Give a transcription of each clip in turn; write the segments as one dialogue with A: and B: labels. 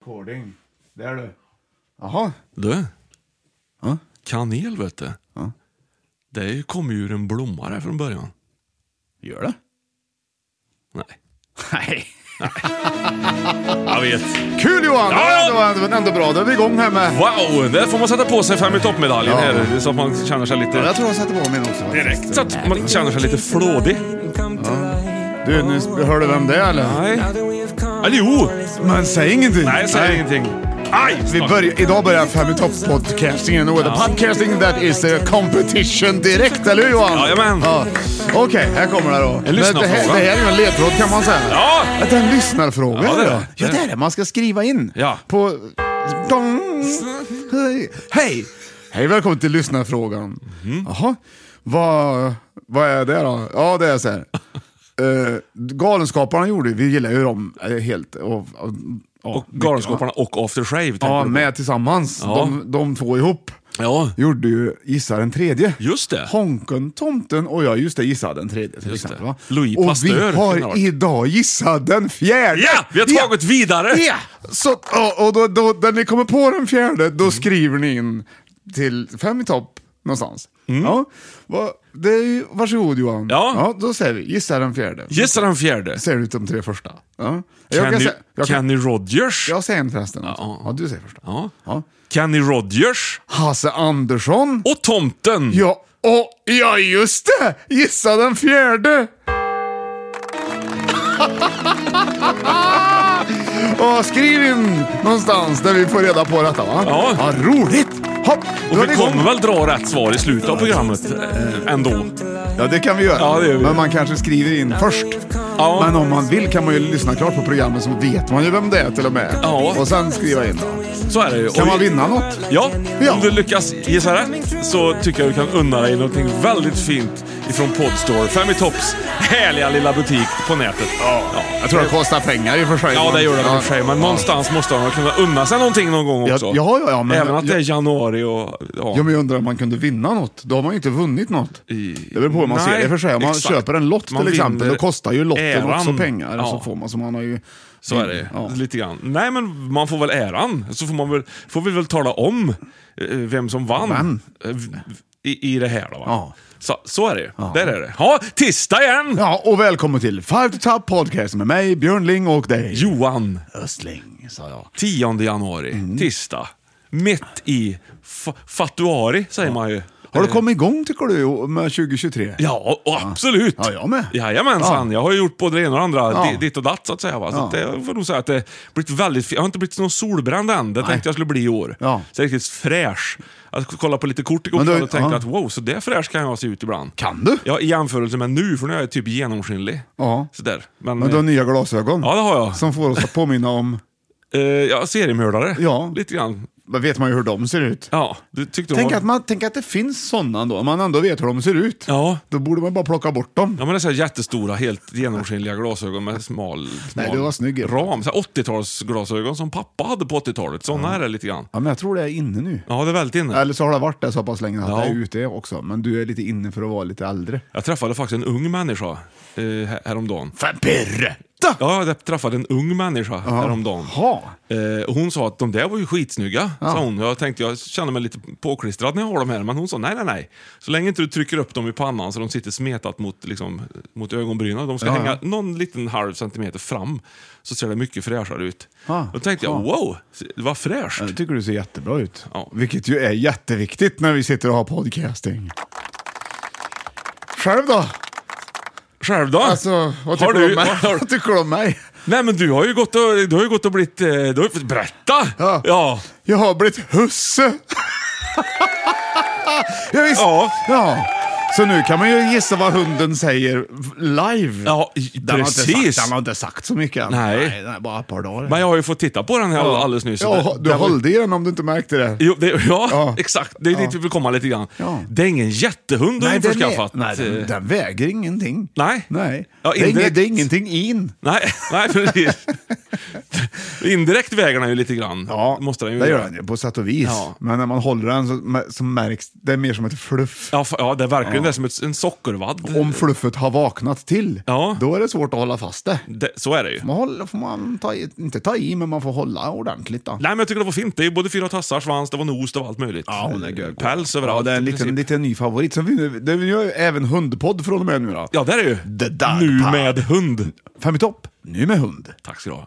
A: Recording. Där du.
B: Jaha.
C: Du,
B: Ja.
C: kanel vet du.
B: Ja.
C: Det kommer ju ur en blomma där från början.
B: Gör det?
C: Nej.
B: Nej.
C: Jag vet.
B: Kul Johan!
C: Ja,
B: Det var ändå, ändå, ändå bra. Då är vi igång här med...
C: Wow, där får man sätta på sig fem i toppmedaljen
B: Ja.
C: här så att man känner sig
B: Ja,
C: lite...
B: jag tror jag sätter på min också. faktiskt.
C: Direkt så att man känner sig lite flådig.
B: Du, nu sp- hör du vem det är eller?
C: Nej. Eller jo!
B: Men säg ingenting.
C: Nej, jag säger ingenting. Aj!
B: Vi börjar, idag börjar Fem i topp-podcastingen och the podcasting that is a competition direkt, eller hur Johan?
C: Jajamän.
B: Ja. Okej, här kommer det då. Men
C: lyssnarfråga.
B: det, här, det här är ju en ledtråd kan man säga.
C: Ja!
B: Att det är en lyssnarfråga.
C: Ja, det är
B: eller?
C: det.
B: ja, det är det. Man ska skriva in.
C: Ja.
B: På... Dong. Hej. Hej! Hej, välkommen till lyssnarfrågan.
C: Mhm.
B: Jaha, vad, vad är det då? Ja, det är så här. Eh, Galenskaparna gjorde, vi gillar ju dem eh, helt. Och, och, ja,
C: Och
B: mycket, va?
C: Galenskaparna och After Shave. tänker
B: Ja,
C: du på.
B: med tillsammans.
C: Ja.
B: De, de två ihop
C: Ja,
B: gjorde ju Gissa den tredje.
C: Just det.
B: Honken, Tomten och jag just det, Gissa den tredje till
C: Just
B: exempel.
C: det.
B: Va?
C: Louis
B: och
C: Pasteur,
B: vi
C: kan det ha
B: har
C: varit.
B: idag gissat den fjärde!
C: Ja, vi har tagit vidare.
B: Ja! Så, och och då, då, när ni kommer på den fjärde, då skriver ni in till fem i topp någonstans. Ja, va, det är, ju- varsågod Johan.
C: Mm. Ja.
B: Då säger vi Gissa den fjärde.
C: gissa den fjärde.
B: Säger du de tre första. Ja. Jag kan
C: Kenny,
B: säga- jag kan-
C: Kenny Rogers.
B: Jag säger en förresten.
C: ja,
B: Ja,
C: ja.
B: du säger först.
C: Ja.
B: Ja.
C: Kenny Rogers.
B: Hasse Andersson.
C: Och Tomten.
B: Ja, och, ja, just det! Gissa den fjärde! och skriv in någonstans där vi får reda på detta va?
C: Ja.
B: roligt! Hopp, då är det
C: Och vi
B: igång.
C: kommer väl dra rätt svar i slutet av programmet eh, ändå.
B: Ja, det kan vi göra.
C: Ja, det gör vi.
B: Men man kanske skriver in först.
C: Ja.
B: Men om man vill kan man ju lyssna klart på programmet så vet man ju vem det är till och med.
C: Ja.
B: Och sen skriva in.
C: Så är det ju.
B: Kan
C: Och-
B: man vinna något?
C: Ja,
B: Ja.
C: om du lyckas gissa rätt så tycker jag du kan unna dig någonting väldigt fint ifrån Podstore. Fem i topps härliga lilla butik på nätet. Ja,
B: Jag tror det kostar pengar i och för sig.
C: ja det gör det väl i och för sig, men
B: Ja.
C: någonstans måste man kunna unna sig någonting någon gång
B: Ja,
C: också.
B: ja, ja, ja, men-
C: Även att det är januari och... Ja.
B: Ja, men jag undrar om man kunde vinna något. Då har man ju inte vunnit något. Det beror på hur man
C: Nej,
B: ser det. För sig, om man
C: exakt.
B: köper en lott till
C: Man
B: exempel,
C: vinner
B: då kostar ju lotten
C: äran.
B: också pengar.
C: Ja.
B: Så får man, så man har ju...
C: Så är det
B: Mm, Ja.
C: lite grann. Nej, men man får väl äran. Så får, man väl, får vi väl tala om eh, vem som vann
B: Vann.
C: eh, v- I, i det här. Då, va?
B: Ja.
C: Så, så är det ju. Där är det. Ja, tisdag igen!
B: Ja, och välkommen till Five to Top Podcast med mig, Björn Ling och dig.
C: Johan,
B: Östling, sa jag. Mm.
C: 10 januari, tisdag. Mitt i fa- fattuari, säger man ju
B: Har du kommit igång tycker du med 2023?
C: Eh. Ja, och absolut.
B: Ja, jag med.
C: Jajamensan.
B: Ja.
C: Jag har ju gjort både det ena och det andra.
B: Ja.
C: di- Ditt och datt så att säga. Va? Så
B: Ja.
C: att det får nog säga att det blivit väldigt fi- Jag har inte blivit någon solbränd än. Det tänkte jag skulle bli i år.
B: Ja.
C: Så jag är riktigt fräsch. Jag kollade på lite kort igår
B: Men du-
C: kväll och tänkte
B: ja.
C: att wow, så där fräsch kan jag se ut ibland.
B: Kan du?
C: Ja, i jämförelse med nu, för nu är jag typ genomskinlig.
B: Ja.
C: Sådär. Men,
B: Men du har nya glasögon.
C: Ja, det har jag.
B: Som får oss att påminna om,
C: eh, ja, seriemördare.
B: Ja.
C: Lite grann.
B: då vet man ju hur de ser ut.
C: Ja, du tyckte de
B: Tänk,
C: var-
B: att man, tänk att det finns sådana då, om man ändå vet hur de ser ut.
C: Ja.
B: Då borde man bara plocka bort dem.
C: Ja men det är så här jättestora, helt genomskinliga glasögon med smal, smal
B: Nej, du var snygg.
C: ram. Så här 80-talsglasögon som pappa hade på 80-talet. Såna är det lite grann.
B: Ja, men jag tror det är inne nu.
C: Ja, det är väldigt inne.
B: Eller så har det varit det så pass länge att
C: Ja.
B: det är ute också. Men du är lite inne för att vara lite äldre.
C: Jag träffade faktiskt en ung människa eh, här- häromdagen.
B: Fan berätta!
C: Ja, jag träffade en ung människa häromdagen.
B: Ha.
C: Eh, och hon sa att de där var ju skitsnygga, sa hon. Jag tänkte, jag känner mig lite påklistrad när jag har de här, men hon sa nej, nej, nej. Så länge inte du trycker upp dem i pannan så de sitter smetat mot, liksom, mot ögonbrynen, de ska hänga någon liten halv centimeter fram, så ser det mycket fräschare ut.
B: Ja,
C: Då tänkte jag,
B: Ah, ja.
C: wow, det var fräscht.
B: Jag tycker du ser jättebra ut.
C: Ja.
B: Vilket ju är jätteviktigt när vi sitter och har podcasting. Själv då?
C: Själv då?
B: Alltså, vad tycker
C: Ah. har
B: du
C: du,
B: om mig?
C: har,
B: Vad tycker du om mig?
C: nej, men du har ju gått och, du har ju gått och blivit... eh, Du har ju, fått- berätta!
B: Ja.
C: ja.
B: Jag har blivit husse. ja, visst.
C: Ja.
B: ja. Så nu kan man ju gissa vad hunden säger live.
C: Ja, i-
B: den Har inte
C: precis.
B: sagt, den har inte sagt så mycket än.
C: Nej.
B: den är bara ett par dagar.
C: Men jag har ju fått titta på den här alldeles nyss.
B: Ja,
C: Det-
B: ha- du
C: det var-
B: höll i den om du inte märkte det.
C: Jo, det, ja,
B: Ja.
C: exakt. Det är dit vi vill komma lite grann.
B: Ja.
C: Det är ingen jättehund du har
B: den,
C: införskaffat.
B: nej den,
C: Eh,
B: den väger ingenting.
C: Nej.
B: nej.
C: Ja,
B: det, är inget,
C: indirekt.
B: det är ingenting in.
C: nej, nej, precis. Indirekt väger den ju lite grann.
B: Ja,
C: Måste den ju
B: det
C: göra.
B: gör den ju på sätt och vis.
C: Ja.
B: Men när man håller den så, så märks det är mer som ett fluff.
C: Ja, fa- ja, det verkar ju det är som ett, en sockervadd.
B: Om fluffet har vaknat till,
C: Ja.
B: då är det svårt att hålla fast det.
C: Det, så är det ju.
B: Man håller, får man ta i, inte ta i, men man får hålla ordentligt. Då.
C: Nej, men jag tycker det var fint. Det är ju både fyra tassar, svans, det var nos, det var allt möjligt. Eh,
B: Ja, hon är gög.
C: Päls
B: Ja,
C: överallt.
B: det är en
C: i
B: liten,
C: princip.
B: liten ny favorit. Sen vi, det vi gör ju även hundpodd från och med nu. Då.
C: Ja, det är det ju.
B: The Dark
C: nu
B: Pie.
C: med hund.
B: Fem i topp, nu med hund.
C: Tack ska du ha.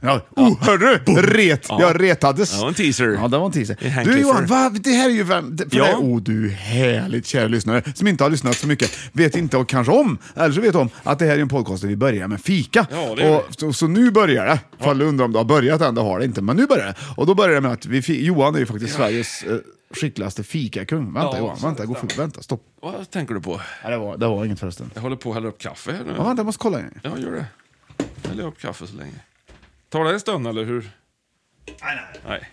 B: Ja. Oh, hörru! Ret. Jag retades.
C: Det var en teaser.
B: Ja, det var en
C: I
B: teaser.
C: Hankifer.
B: Du Johan, va? det här är ju vem? det- För
C: Ja.
B: det, oh, du härligt kära lyssnare som inte har lyssnat så mycket, vet inte och kanske om, eller så vet om, att det här är en podcast där vi börjar med fika.
C: Ja, det gör
B: och, så, så nu börjar det. Fall du undrar om det har börjat än, det har det inte. Men nu börjar det. Och då börjar det med att vi, fi- Johan är ju faktiskt Sveriges eh, skickligaste fikakung. Vänta
C: Ja,
B: Johan,
C: så
B: vänta,
C: det
B: gå fort, vänta, stopp.
C: Vad tänker du på?
B: Nej, det, var, det var inget förresten.
C: Jag håller på att hälla upp kaffe här nu.
B: Ja, vänta, jag måste kolla. igen.
C: Ja, gör det. Häll upp kaffe så länge. Tar det en stund, eller hur? Nej, nej.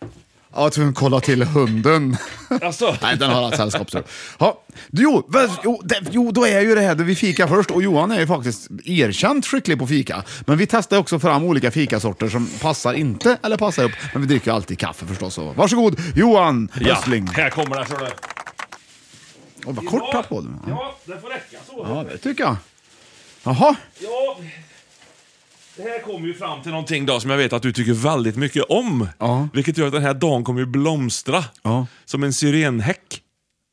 B: Ja, jag var tvungen att kolla till hunden.
C: Alltså.
B: Nej, den har haft sällskapstur. Ja. Du, Jo, väl- jo, det, jo, då är ju det här där vi fika först och Johan är ju faktiskt erkänt skicklig på fika. Men vi testar också fram olika fikasorter som passar inte eller passar upp. Men vi dricker ju alltid kaffe förstås. Så varsågod Johan Östling.
C: här kommer det. Ser du.
B: Åh, vad kort tapp på du. Ja.
C: Ja, det får räcka så.
B: ja, det tycker jag. Jaha,
C: Ja, det här kommer ju fram till någonting då som jag vet att du tycker väldigt mycket om.
B: Ja.
C: Vilket gör att den här dagen kommer ju blomstra.
B: Ja.
C: Som en syrenhäck.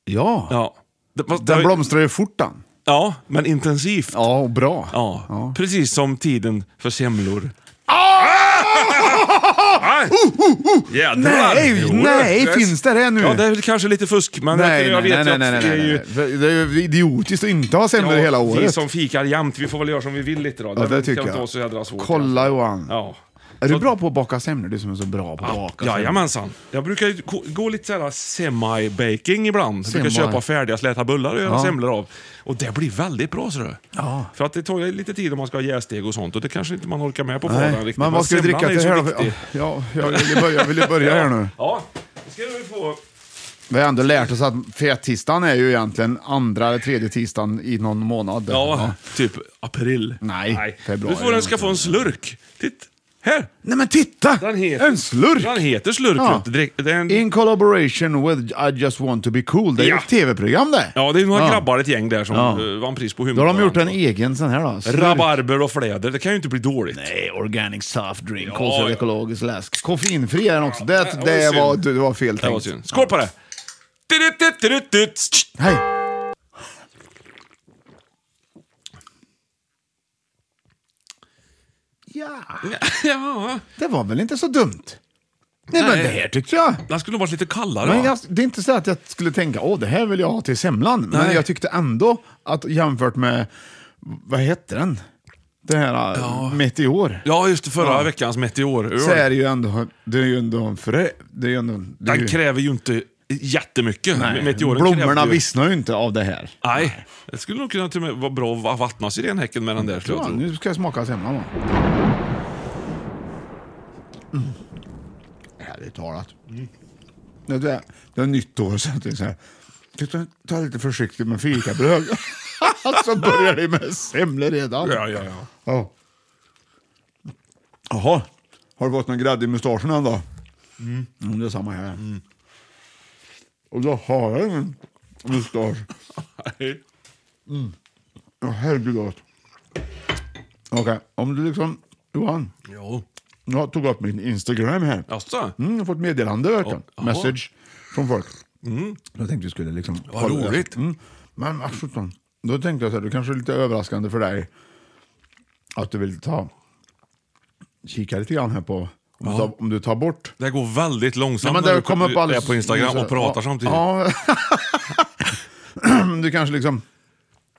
B: ja.
C: Ja. Det- fast det har
B: Den
C: ju-
B: blomstrar ju fort den.
C: Ja, men intensivt.
B: Ja, och bra.
C: Ja, precis som tiden för semlor.
B: Ah!
C: Nej. Jädrar!
B: Nej,
C: Jo,
B: nej,
C: det-
B: finns det det nu?
C: Ja, det är väl kanske lite fusk, men
B: Nej,
C: jag
B: nej,
C: vet
B: nej,
C: ju
B: nej,
C: att
B: nej,
C: det är
B: nej,
C: ju...
B: nej. Det är ju idiotiskt att inte ha semlor
C: Ja,
B: hela året.
C: Vi som fikar jämt, vi får väl göra som vi vill lite då.
B: Ja,
C: kan
B: det tycker
C: inte vara så jädra
B: jag.
C: svårt. alltså.
B: Kolla Johan.
C: Ja.
B: Är
C: Så-
B: du bra på att baka semlor? Du som är så bra på att
C: Ja,
B: baka semlor.
C: jajamensan. Jag brukar ju gå- gå lite såhär semi-baking ibland. Jag brukar
B: Semi.
C: köpa färdiga släta bullar och göra semlor av. Och det blir väldigt bra ser du. För att det tar ju lite tid om man ska ha jästeg och sånt och det kanske inte man orkar med på vardagen
B: Nej,
C: riktigt.
B: men vad ska vi
C: semlan
B: dricka
C: är ju
B: till
C: så
B: här då?
C: viktig.
B: Ja, jag vill ju börja, jag vill ju börja här nu.
C: Ja, då ska du få...
B: Vi har ändå lärt oss att fettisdagen är ju egentligen andra eller tredje tisdagen i någon månad.
C: Ja, typ april.
B: Nej, februari.
C: Du får, den ska få en slurk. Titt! Här!
B: Nej men titta!
C: Den heter,
B: en slurk!
C: Den heter slurk.
B: Ja.
C: vet du. Drick- Det är en,
B: In collaboration with I just want to be cool. Det är ju
C: Ja.
B: ett tv-program det.
C: ja, det är några grabbar, ett gäng där som
B: Ja.
C: eh, vann pris på
B: Då
C: humor.
B: har de gjort en e- egen sån här då. Slurk.
C: Rabarber och fläder, det kan ju inte bli dåligt.
B: Nej, organic soft drink,
C: Ja,
B: kolsyrad
C: ja.
B: ekologisk läsk. Koffeinfri är den också. Det,
C: det var
B: det,
C: synd.
B: var, det var fel
C: Det var
B: tänkt.
C: synd. Skål på det! Tut, tut, tut, tut, tut.
B: Hej! Ja,
C: Ja,
B: det var väl inte så dumt? Nej, men
C: Nej.
B: det här tyckte jag.
C: Den skulle ha varit lite kallare.
B: Men
C: va?
B: jag, det är inte så att jag skulle tänka åh det här vill jag ha till semlan. Men
C: Nej.
B: jag tyckte ändå att jämfört med, vad hette den? Det här Meteor.
C: Ja, just det. Förra
B: Ja.
C: veckans meteoröl.
B: Så är det ju ändå, det är ju ändå en frö. Det är ju ändå, det är
C: Den
B: ju,
C: kräver ju inte jättemycket.
B: nej,
C: Meteoren
B: blommorna
C: kräver ju...
B: vissnar ju inte av det här.
C: Nej, det skulle nog kunna till och med vara bra att vattnas i den häcken med den där, skulle jag
B: Ja,
C: tro.
B: nu ska jag smaka semlan va. Mm. Ärligt talat. Mm. Det, där, det är nytt år så att det är så här. titta, Ta lite försiktigt med fikabröd. så börjar det med semlor redan.
C: Ja, ja, ja.
B: Ja. Jaha, har du fått någon grädde i mustaschen än då? Mm, det är samma här. Och då har jag ingen mustasch.
C: Nej.
B: Ja, herregud vad gott. Okej, om du liksom, Johan,
C: Jo.
B: jag tog upp min Instagram här.
C: Jaså?
B: Mm, jag har fått meddelande, vet
C: Ja,
B: du.
C: jaha. Mm.
B: Message från folk. Jag tänkte vi skulle liksom...
C: Vad
B: kolla det.
C: roligt.
B: Mm. Men absolut. Då tänkte jag så här, det kanske är lite överraskande för dig att du vill ta... Kika lite grann här på... Om, du, tar, om du tar bort...
C: Det här går väldigt långsamt
B: men
C: när
B: det
C: du
B: kom upp alldeles...
C: är på Instagram och pratar
B: Ja,
C: samtidigt.
B: Ja. du kanske liksom...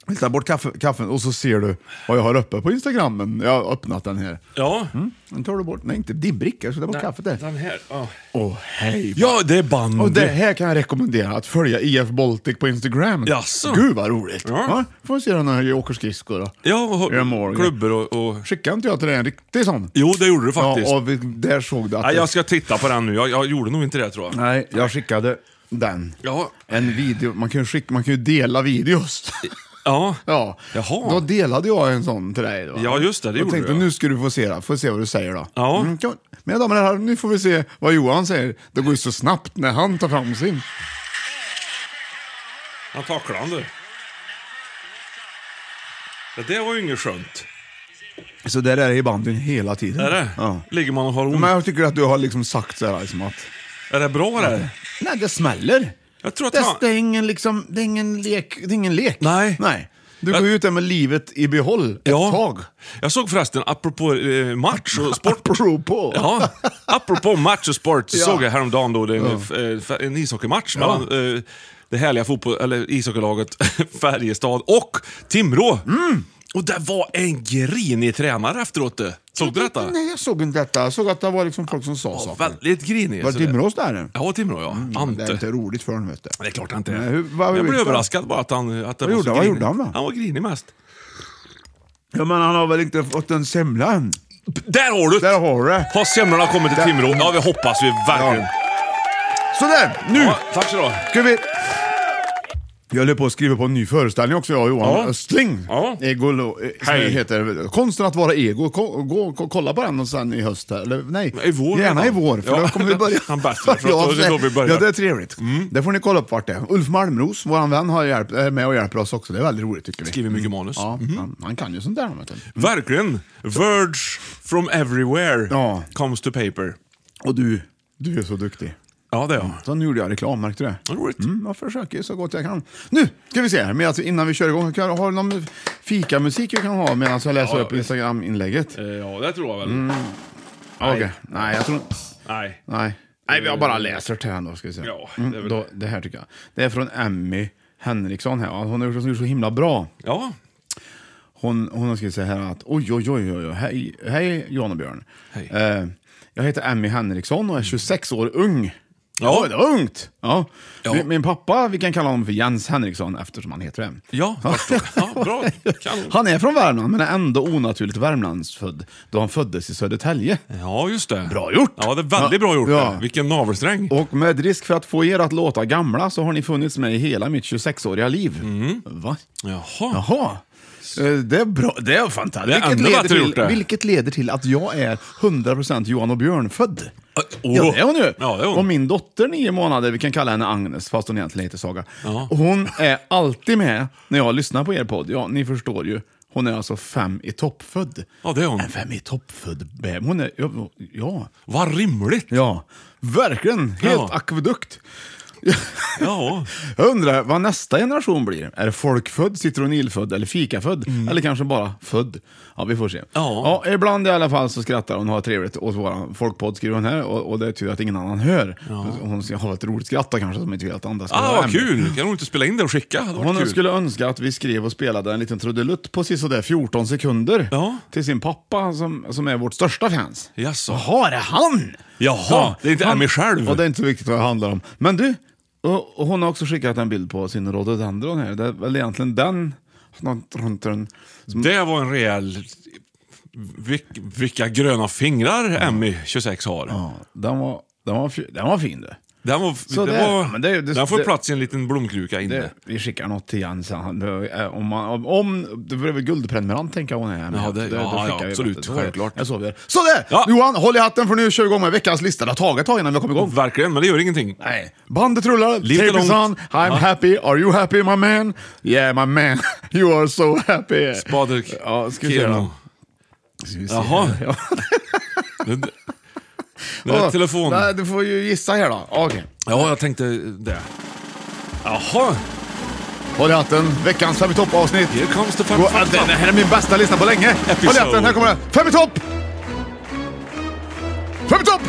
B: vill ta bort kaffe, kaffen och så ser du vad jag har uppe på Instagram. Men jag har öppnat den här.
C: Ja.
B: Den tar du bort. Nej, inte din bricka. Jag ska ta bort kaffet där.
C: Den här. Ja.
B: Åh, hej.
C: ja, det är bandy.
B: Och det här kan jag rekommendera, att följa IF Baltic på Instagram.
C: Jaså?
B: Gud vad roligt!
C: Ja.
B: Ja. får vi se den här åker skridskor då.
C: Ja, och,
B: Gör mål.
C: klubbor och, och...
B: Skickade inte jag till dig en riktig sån?
C: Jo, det gjorde du faktiskt.
B: Ja, och vi, där såg du att...
C: Nej,
B: det-
C: jag ska titta på den nu. Jag, jag gjorde nog inte det, tror jag.
B: Nej, jag skickade den.
C: Ja.
B: En video, man kan ju, skicka, man kan ju dela videos.
C: Ja.
B: ja.
C: Jaha.
B: Då delade jag en sån till dig. Då.
C: Ja, just det, det
B: jag
C: gjorde
B: tänkte,
C: jag.
B: nu ska du få se, det. får se vad du säger då.
C: Ja.
B: Mm, kan, mina damer och herrar, nu får vi se vad Johan säger. Det går ju så snabbt när han tar fram sin.
C: Han tacklade han, du. Det där var ju inget skönt.
B: Så där är det i bandyn hela tiden.
C: Är det? Mm.
B: Ja.
C: Ligger man och har ont?
B: Men jag tycker att du har liksom sagt så här, liksom att...
C: Är det bra det här?
B: Nej, det smäller.
C: Jag tror att
B: det,
C: han-
B: det, är ingen liksom, det är ingen lek. Det är ingen lek.
C: Nej.
B: Nej. Du
C: Jag-
B: går ut där med livet i behåll ett
C: Ja.
B: tag.
C: Jag såg förresten, apropå eh, match och sport.
B: Apropå.
C: Ja, apropå match och sport så
B: Ja.
C: såg jag häromdagen då det, eh, en ishockeymatch mellan eh, det härliga fotboll, eller ishockeylaget Färjestad och Timrå.
B: Mm.
C: Och det var en grinig tränare efteråt. du. Såg du detta?
B: Nej, jag såg inte detta. Jag såg att det var liksom folk som sa
C: Ja,
B: saker.
C: väldigt grinig.
B: Var
C: så
B: det
C: det-
B: Timrås där?
C: Ja, Timrå ja.
B: Det är inte
C: Ante.
B: roligt för honom, vet du.
C: Det är klart han inte är.
B: Nej, hur- vad
C: jag blev
B: visste han?
C: överraskad bara att han... Att det
B: Vad
C: var
B: gjorde
C: så
B: han? Vad
C: grinig.
B: gjorde han då?
C: Han var grinig mest.
B: Ja, men han har väl inte fått en semla än?
C: Där har du det!
B: Där har du det.
C: Har semlorna kommit till
B: Där-
C: Timrå? Ja, vi hoppas vi verkligen.
B: Sådär, nu!
C: Ja, tack så du
B: Ska vi... Jag höll på att skriva på en ny föreställning också, jag och Johan
C: Ja.
B: Östling.
C: Ja.
B: Ego, eh, som
C: Hej.
B: det heter. Konsten att vara ego. Ko- Gå och kolla på den och sen i höst. här. Eller, nej,
C: I vår
B: gärna i
C: redan.
B: vår. För
C: Ja.
B: då kommer vi börja.
C: Han bättrar, för då- det är då vi börjar. Mm.
B: Ja, det är trevligt. Det får ni kolla upp vart det är. Ulf Malmros, vår vän, har hjälp, är med och hjälper oss också. Det är väldigt roligt tycker vi. Mm.
C: Skriver mycket manus. Mm.
B: Ja, han, han kan ju sånt där. Vet du.
C: Verkligen. Verge from everywhere
B: Ja.
C: comes to paper.
B: Och du, du är så duktig.
C: Ja, det är jag.
B: Så nu gjorde jag reklam, märkte du det?
C: Vad roligt.
B: Mm, jag försöker ju så gott jag kan. Nu ska vi se här, medan, innan vi kör igång. Kan, har du någon fikamusik vi kan ha medan jag läser
C: Ja,
B: upp Instagram-inlägget?
C: Eh, Ja, det tror jag väl.
B: Mm. Okej. Nej, jag tror
C: Nej.
B: Nej. Nej, jag bara läser till henne då ska vi se.
C: Ja, det är
B: det,
C: väl
B: mm, då, det här tycker jag. Det är från Emmy Henriksson här. Ja, Hon har gjort- hon har gjort så himla bra.
C: Ja.
B: Hon, hon har skrivit så här att oj, oj, oj, oj, oj. hej, hej Johan och Björn.
C: Hej.
B: Eh, jag heter Emmy Henriksson och är 26 år ung.
C: Ja.
B: Oj, det var ungt! Ja.
C: Ja.
B: Min, min pappa, vi kan kalla honom för Jens Henriksson eftersom han heter det.
C: Ja, förstår. Ja, bra. Kanon.
B: Han är från Värmland men är ändå onaturligt Värmlandsfödd då han föddes i Södertälje.
C: Ja, just det.
B: Bra gjort!
C: Ja, det är väldigt bra gjort.
B: Ja.
C: det. Vilken navelsträng.
B: Och med risk för att få er att låta gamla så har ni funnits med i hela mitt 26-åriga liv.
C: Mm.
B: Va?
C: Jaha.
B: Jaha. Eh, Det är bra. Det är
C: Det är
B: fantastiskt.
C: ändå
B: vilket, leder
C: bättre gjort
B: till,
C: det.
B: vilket leder till att jag är 100% Johan och Björn-född.
C: Äh, åh.
B: Ja, det är hon ju.
C: Ja, det är hon.
B: Och min dotter, nio månader, vi kan kalla henne Agnes, fast hon egentligen heter Saga. Hon är alltid med när jag lyssnar på er podd. Ja, ni förstår ju. Hon är alltså fem i toppfödd.
C: Ja, det är hon.
B: En fem i toppfödd bebis. Hon är... Ja. ja.
C: Vad rimligt.
B: Ja, verkligen. Helt
C: Ja.
B: akvedukt.
C: Ja.
B: Jag undrar vad nästa generation blir. Är det folkfödd, citronilfödd eller fikafödd? Eller kanske bara född? Ja, vi får se.
C: Mm. Ja.
B: ibland i alla fall så skrattar hon och har trevligt åt våran folkpodd, skriver hon här. Och, och det är tur att ingen annan hör. Hon har ett roligt skratt kanske som inte vill att andra ska
C: Ah,
B: höra
C: vad
B: henne.
C: kul! Kan hon inte spela in det och skicka? Det
B: Hon
C: Hon kul.
B: skulle önska att vi skrev och spelade en liten trudelutt på sisådär 14 sekunder
C: Ja.
B: till sin pappa som, som är vårt största fans.
C: Jaså.
B: Jaha, är det han?
C: Jaha, det är inte Emmy själv.
B: Och det är inte så viktigt vad det handlar om. Men du, och, och hon har också skickat en bild på sin rhododendron här. Det är väl egentligen den som
C: Det var en rejäl... Vil- vilka gröna fingrar Emmy 26 har.
B: Ja, den var, den var, fi- den var fin du.
C: Den, var,
B: Så
C: det
B: det-
C: var,
B: ja, men det- det-
C: den får
B: det-
C: plats i en liten blomkruka inne.
B: Det, vi skickar något till Jens. Han- eh, Om, man, om, om det blev väl guldprenumerant tänker jag hon är.
C: Ja, det- ja, ja,
B: vi
C: absolut,
B: det. Så är det.
C: självklart.
B: Jag sover. Sådär!
C: Ja.
B: Johan, håll i hatten för nu kör vi igång med veckans lista. Det har tagit ett tag innan vi kom igång.
C: Verkligen, men det gör ingenting.
B: Nej. Bandet rullar,
C: Livet är
B: tape is
C: långt.
B: on, I'm
C: Ja.
B: happy, are you happy my man? Yeah my man, you are so happy.
C: Spader
B: Ja, ska vi se då.
C: Kirmo.
B: Ska vi se.
C: Jaha.
B: Ja.
C: Det, det, det är telefon.
B: Nej, du får ju gissa här då. Okej.
C: Ja, jag tänkte det. Jaha,
B: Håll i hatten, veckans Fem i topp-avsnitt.
C: here comes the fun
B: Gå- ah, Den här är min bästa lista på länge. Håll i hatten, här kommer den. Fem i topp! Fem i topp!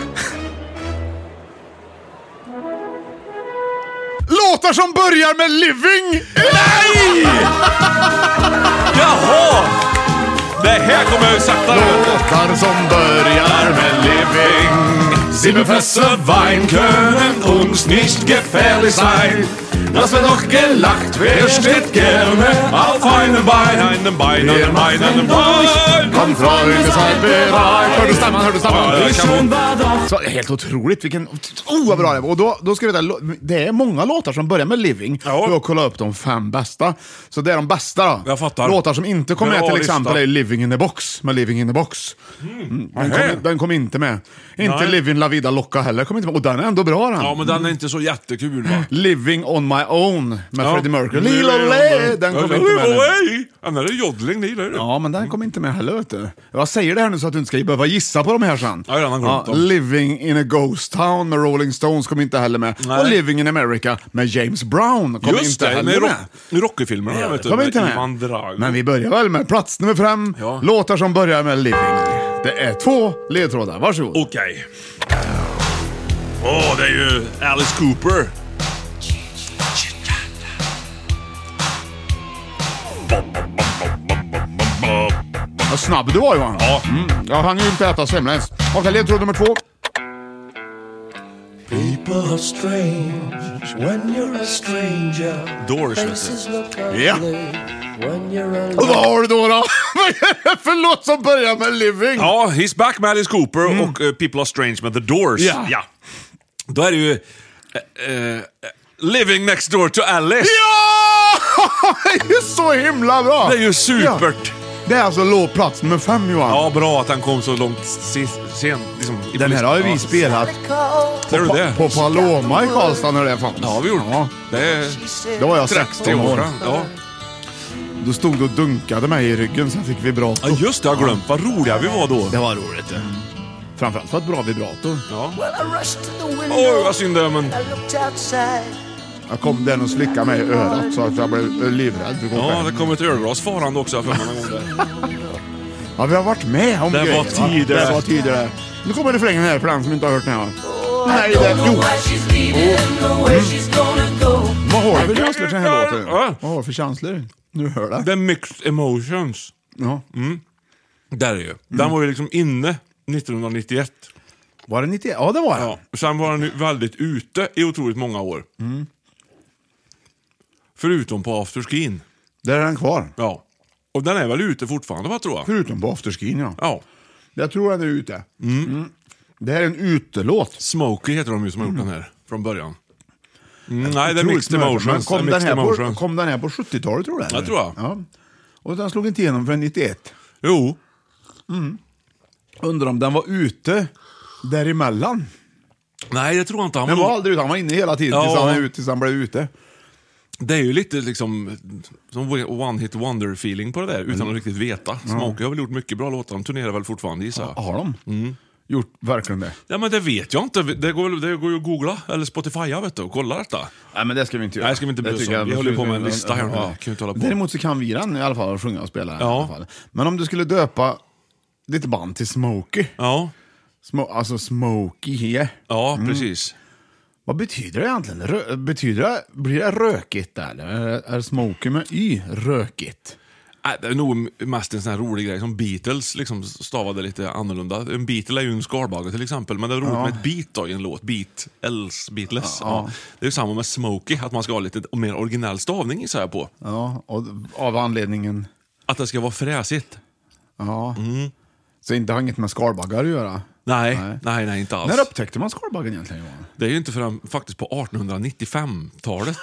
B: Låtar som börjar med Living!
C: Nej! Jaha! Det här kommer jag ju sakta.
B: Låtar som börjar med Living.
C: Silberfässer, Wein können uns nicht gefährlich sein. Das wird doch gelacht, wer steht gerne auf einem Bein, einem Bein, einem Bein, einem Bein.
B: Kom Freunde, seid bereit. Hör du stämman, hör du stämman?
C: Ja, det kan hon.
B: Så, helt otroligt, vilken... Oh vad bra det var! Och då, då ska vi veta, lo- det är många låtar som börjar med Living.
C: Ja.
B: Du har kollat upp de fem bästa. Så det är de bästa då.
C: Jag fattar.
B: Låtar som inte kom
C: Bra
B: med till
C: lista.
B: exempel är Living in the box med Living in the box. Mm. Den,
C: Nähä.
B: kom, den kom inte med. Inte
C: Nej.
B: Living La Vida Locka heller kom inte med. Och den är ändå bra den.
C: Ja, men den är inte så jättekul va?
B: Living on my own med
C: Ja.
B: Freddie Mercury. Lilo Le! Den kom inte med. den.
C: Lilolei! Den där är joddling, det gillar du.
B: Ja, men den kom inte med heller vet du. Jag säger det här nu så att du inte ska behöva gissa på de här sen.
C: Ja, jag har redan glömt dem.
B: Living in a Ghost Town med Rolling Stones kom inte heller med.
C: Nej.
B: Och Living in America med James Brown kom
C: Just
B: inte
C: det,
B: heller
C: med
B: med.
C: rock, Rocky-filmerna
B: Ja,
C: vet
B: det
C: du.
B: kom inte
C: Ivan
B: med.
C: Drago.
B: Men vi börjar väl med plats nummer fem.
C: Ja.
B: Låtar som börjar med Living. Det är två ledtrådar, varsågod.
C: Okej. Åh, det är ju Alice Cooper.
B: Vad snabb du var Johan.
C: Ja.
B: Mm. Jag hann ju inte äta semla ens. Okej, ledtråd nummer två.
D: People are strange when you're a stranger.
C: Doors
D: Faces
C: vet
D: look
B: Ja.
D: ugly when you're
B: Och vad
D: alone.
B: har du då? då? Vad är det för låt som börjar med Living?
C: du. Ja, He's Back med Alice Cooper och eh, People Are Strange med The Doors.
B: Mm. Ja.
C: Då är det ju... eh, eh, Living Next Door to Alice.
B: Ja! Det är ju så himla bra!
C: Det är ju supert.
B: Ja. Det är alltså låg plats nummer fem Johan.
C: Ja, bra att han kom så långt si- sent. Liksom, i
B: Den här
C: listan.
B: har ju vi
C: Ja.
B: spelat
C: Ser du det?
B: på Paloma i Karlstad när det fanns.
C: Ja, vi gjort.
B: Ja,
C: Det är
B: då var jag
C: 30
B: 16
C: år
B: år.
C: sedan. Ja.
B: Då stod du och dunkade mig i ryggen så jag fick vibrato.
C: ja, just det. Jag har glömt vad roliga vi var då.
B: Det var roligt det. Framförallt var det ett bra vibrato.
C: Ja.
D: Well, I rushed to the window.
C: Oj, vad synd det är, men...
D: I looked outside.
B: Jag kom den och slickade mig i örat så att jag blev eh, livrädd. för
C: Ja,
B: kokain.
C: det kom ett ölglas farande också. Jag har för mig någon gång där.
B: ja, vi har varit med om
C: Det
B: grejer.
C: var
B: va?
C: tider.
B: Det var tider det. Nu kommer refrängen här för den som inte har hört den här. Nej, det... Jo!
C: Mm-hmm.
B: Vad har du för känslor till den här låten?
C: Ja.
B: Vad har du för känslor? Nu hör det.
C: The Mixed Emotions.
B: Ja.
C: Där är ju. Den var ju liksom inne 1991.
B: Var det 91? Ja, det var det.
C: Ja. Sen var den ju väldigt ute i otroligt många år.
B: Mm.
C: Förutom på afterskin.
B: Där är den kvar.
C: Ja. Och den är väl ute fortfarande va, tror jag?
B: Förutom på afterskin, ja.
C: Ja.
B: Jag tror den är ute. Mm. Det här är en utelåt.
C: Smokey heter de ju som har gjort den här från början. Mm, nej, det är
B: Otroligt
C: Mixed
B: möte. Men
C: Emotions.
B: Kom,
C: det
B: den
C: är mixed
B: här på,
C: emotions.
B: kom den här på 70-talet, tror du? eller?
C: Jag tror jag.
B: Ja. Och den slog inte igenom förrän 91.
C: Jo.
B: Undrar om den var ute däremellan.
C: Nej, det tror jag inte. Han
B: Den
C: var
B: var aldrig ute, han var inne hela tiden tills,
C: Ja.
B: han, är ute, tills han blev ute.
C: Det är ju lite liksom som one-hit
B: Mm.
C: wonder-feeling på det där, utan att riktigt veta. Smokey har väl gjort mycket bra låtar, de turnerar väl fortfarande gissar jag.
B: Har de? gjort verkligen det?
C: Ja, men det vet jag inte. Det går, det går ju att googla eller Spotifya vet du, och kolla detta.
B: Nej, men det ska vi inte göra.
C: Nej, det ska vi inte
B: Det
C: bry oss
B: tycker
C: om.
B: jag
C: Vi håller ju på med en
B: absolut
C: lista här nu.
B: inte.
C: Kan ju inte hålla på.
B: Däremot så kan vi den i alla fall, och sjunga och spela den i
C: Ja.
B: alla fall. Men om du skulle döpa ditt band till Smokey,
C: Ja,
B: Smo- alltså Smokey, yeah.
C: ja precis.
B: vad betyder det egentligen? Rö- betyder det, blir det rökigt där, eller är- är Smokey med y rökigt?
C: Nej, Äh, det är nog mest en sån här rolig grej som Beatles liksom stavade lite annorlunda. En Beatle är ju en skalbagge till exempel, men det är roligt med ett beat då, i en låt. Beatles, Beatles. Ja. Det är ju samma med Smokey, att man ska ha lite mer originell stavning så här på.
B: Ja, och av anledningen,
C: Att det ska vara fräsigt.
B: ja. Så inte har inget med skalbaggar att göra?
C: Nej,
B: Nej.
C: nej, nej, inte alls.
B: När upptäckte man skalbaggen egentligen Johan?
C: Det är ju inte förrän faktiskt på 1895-talet.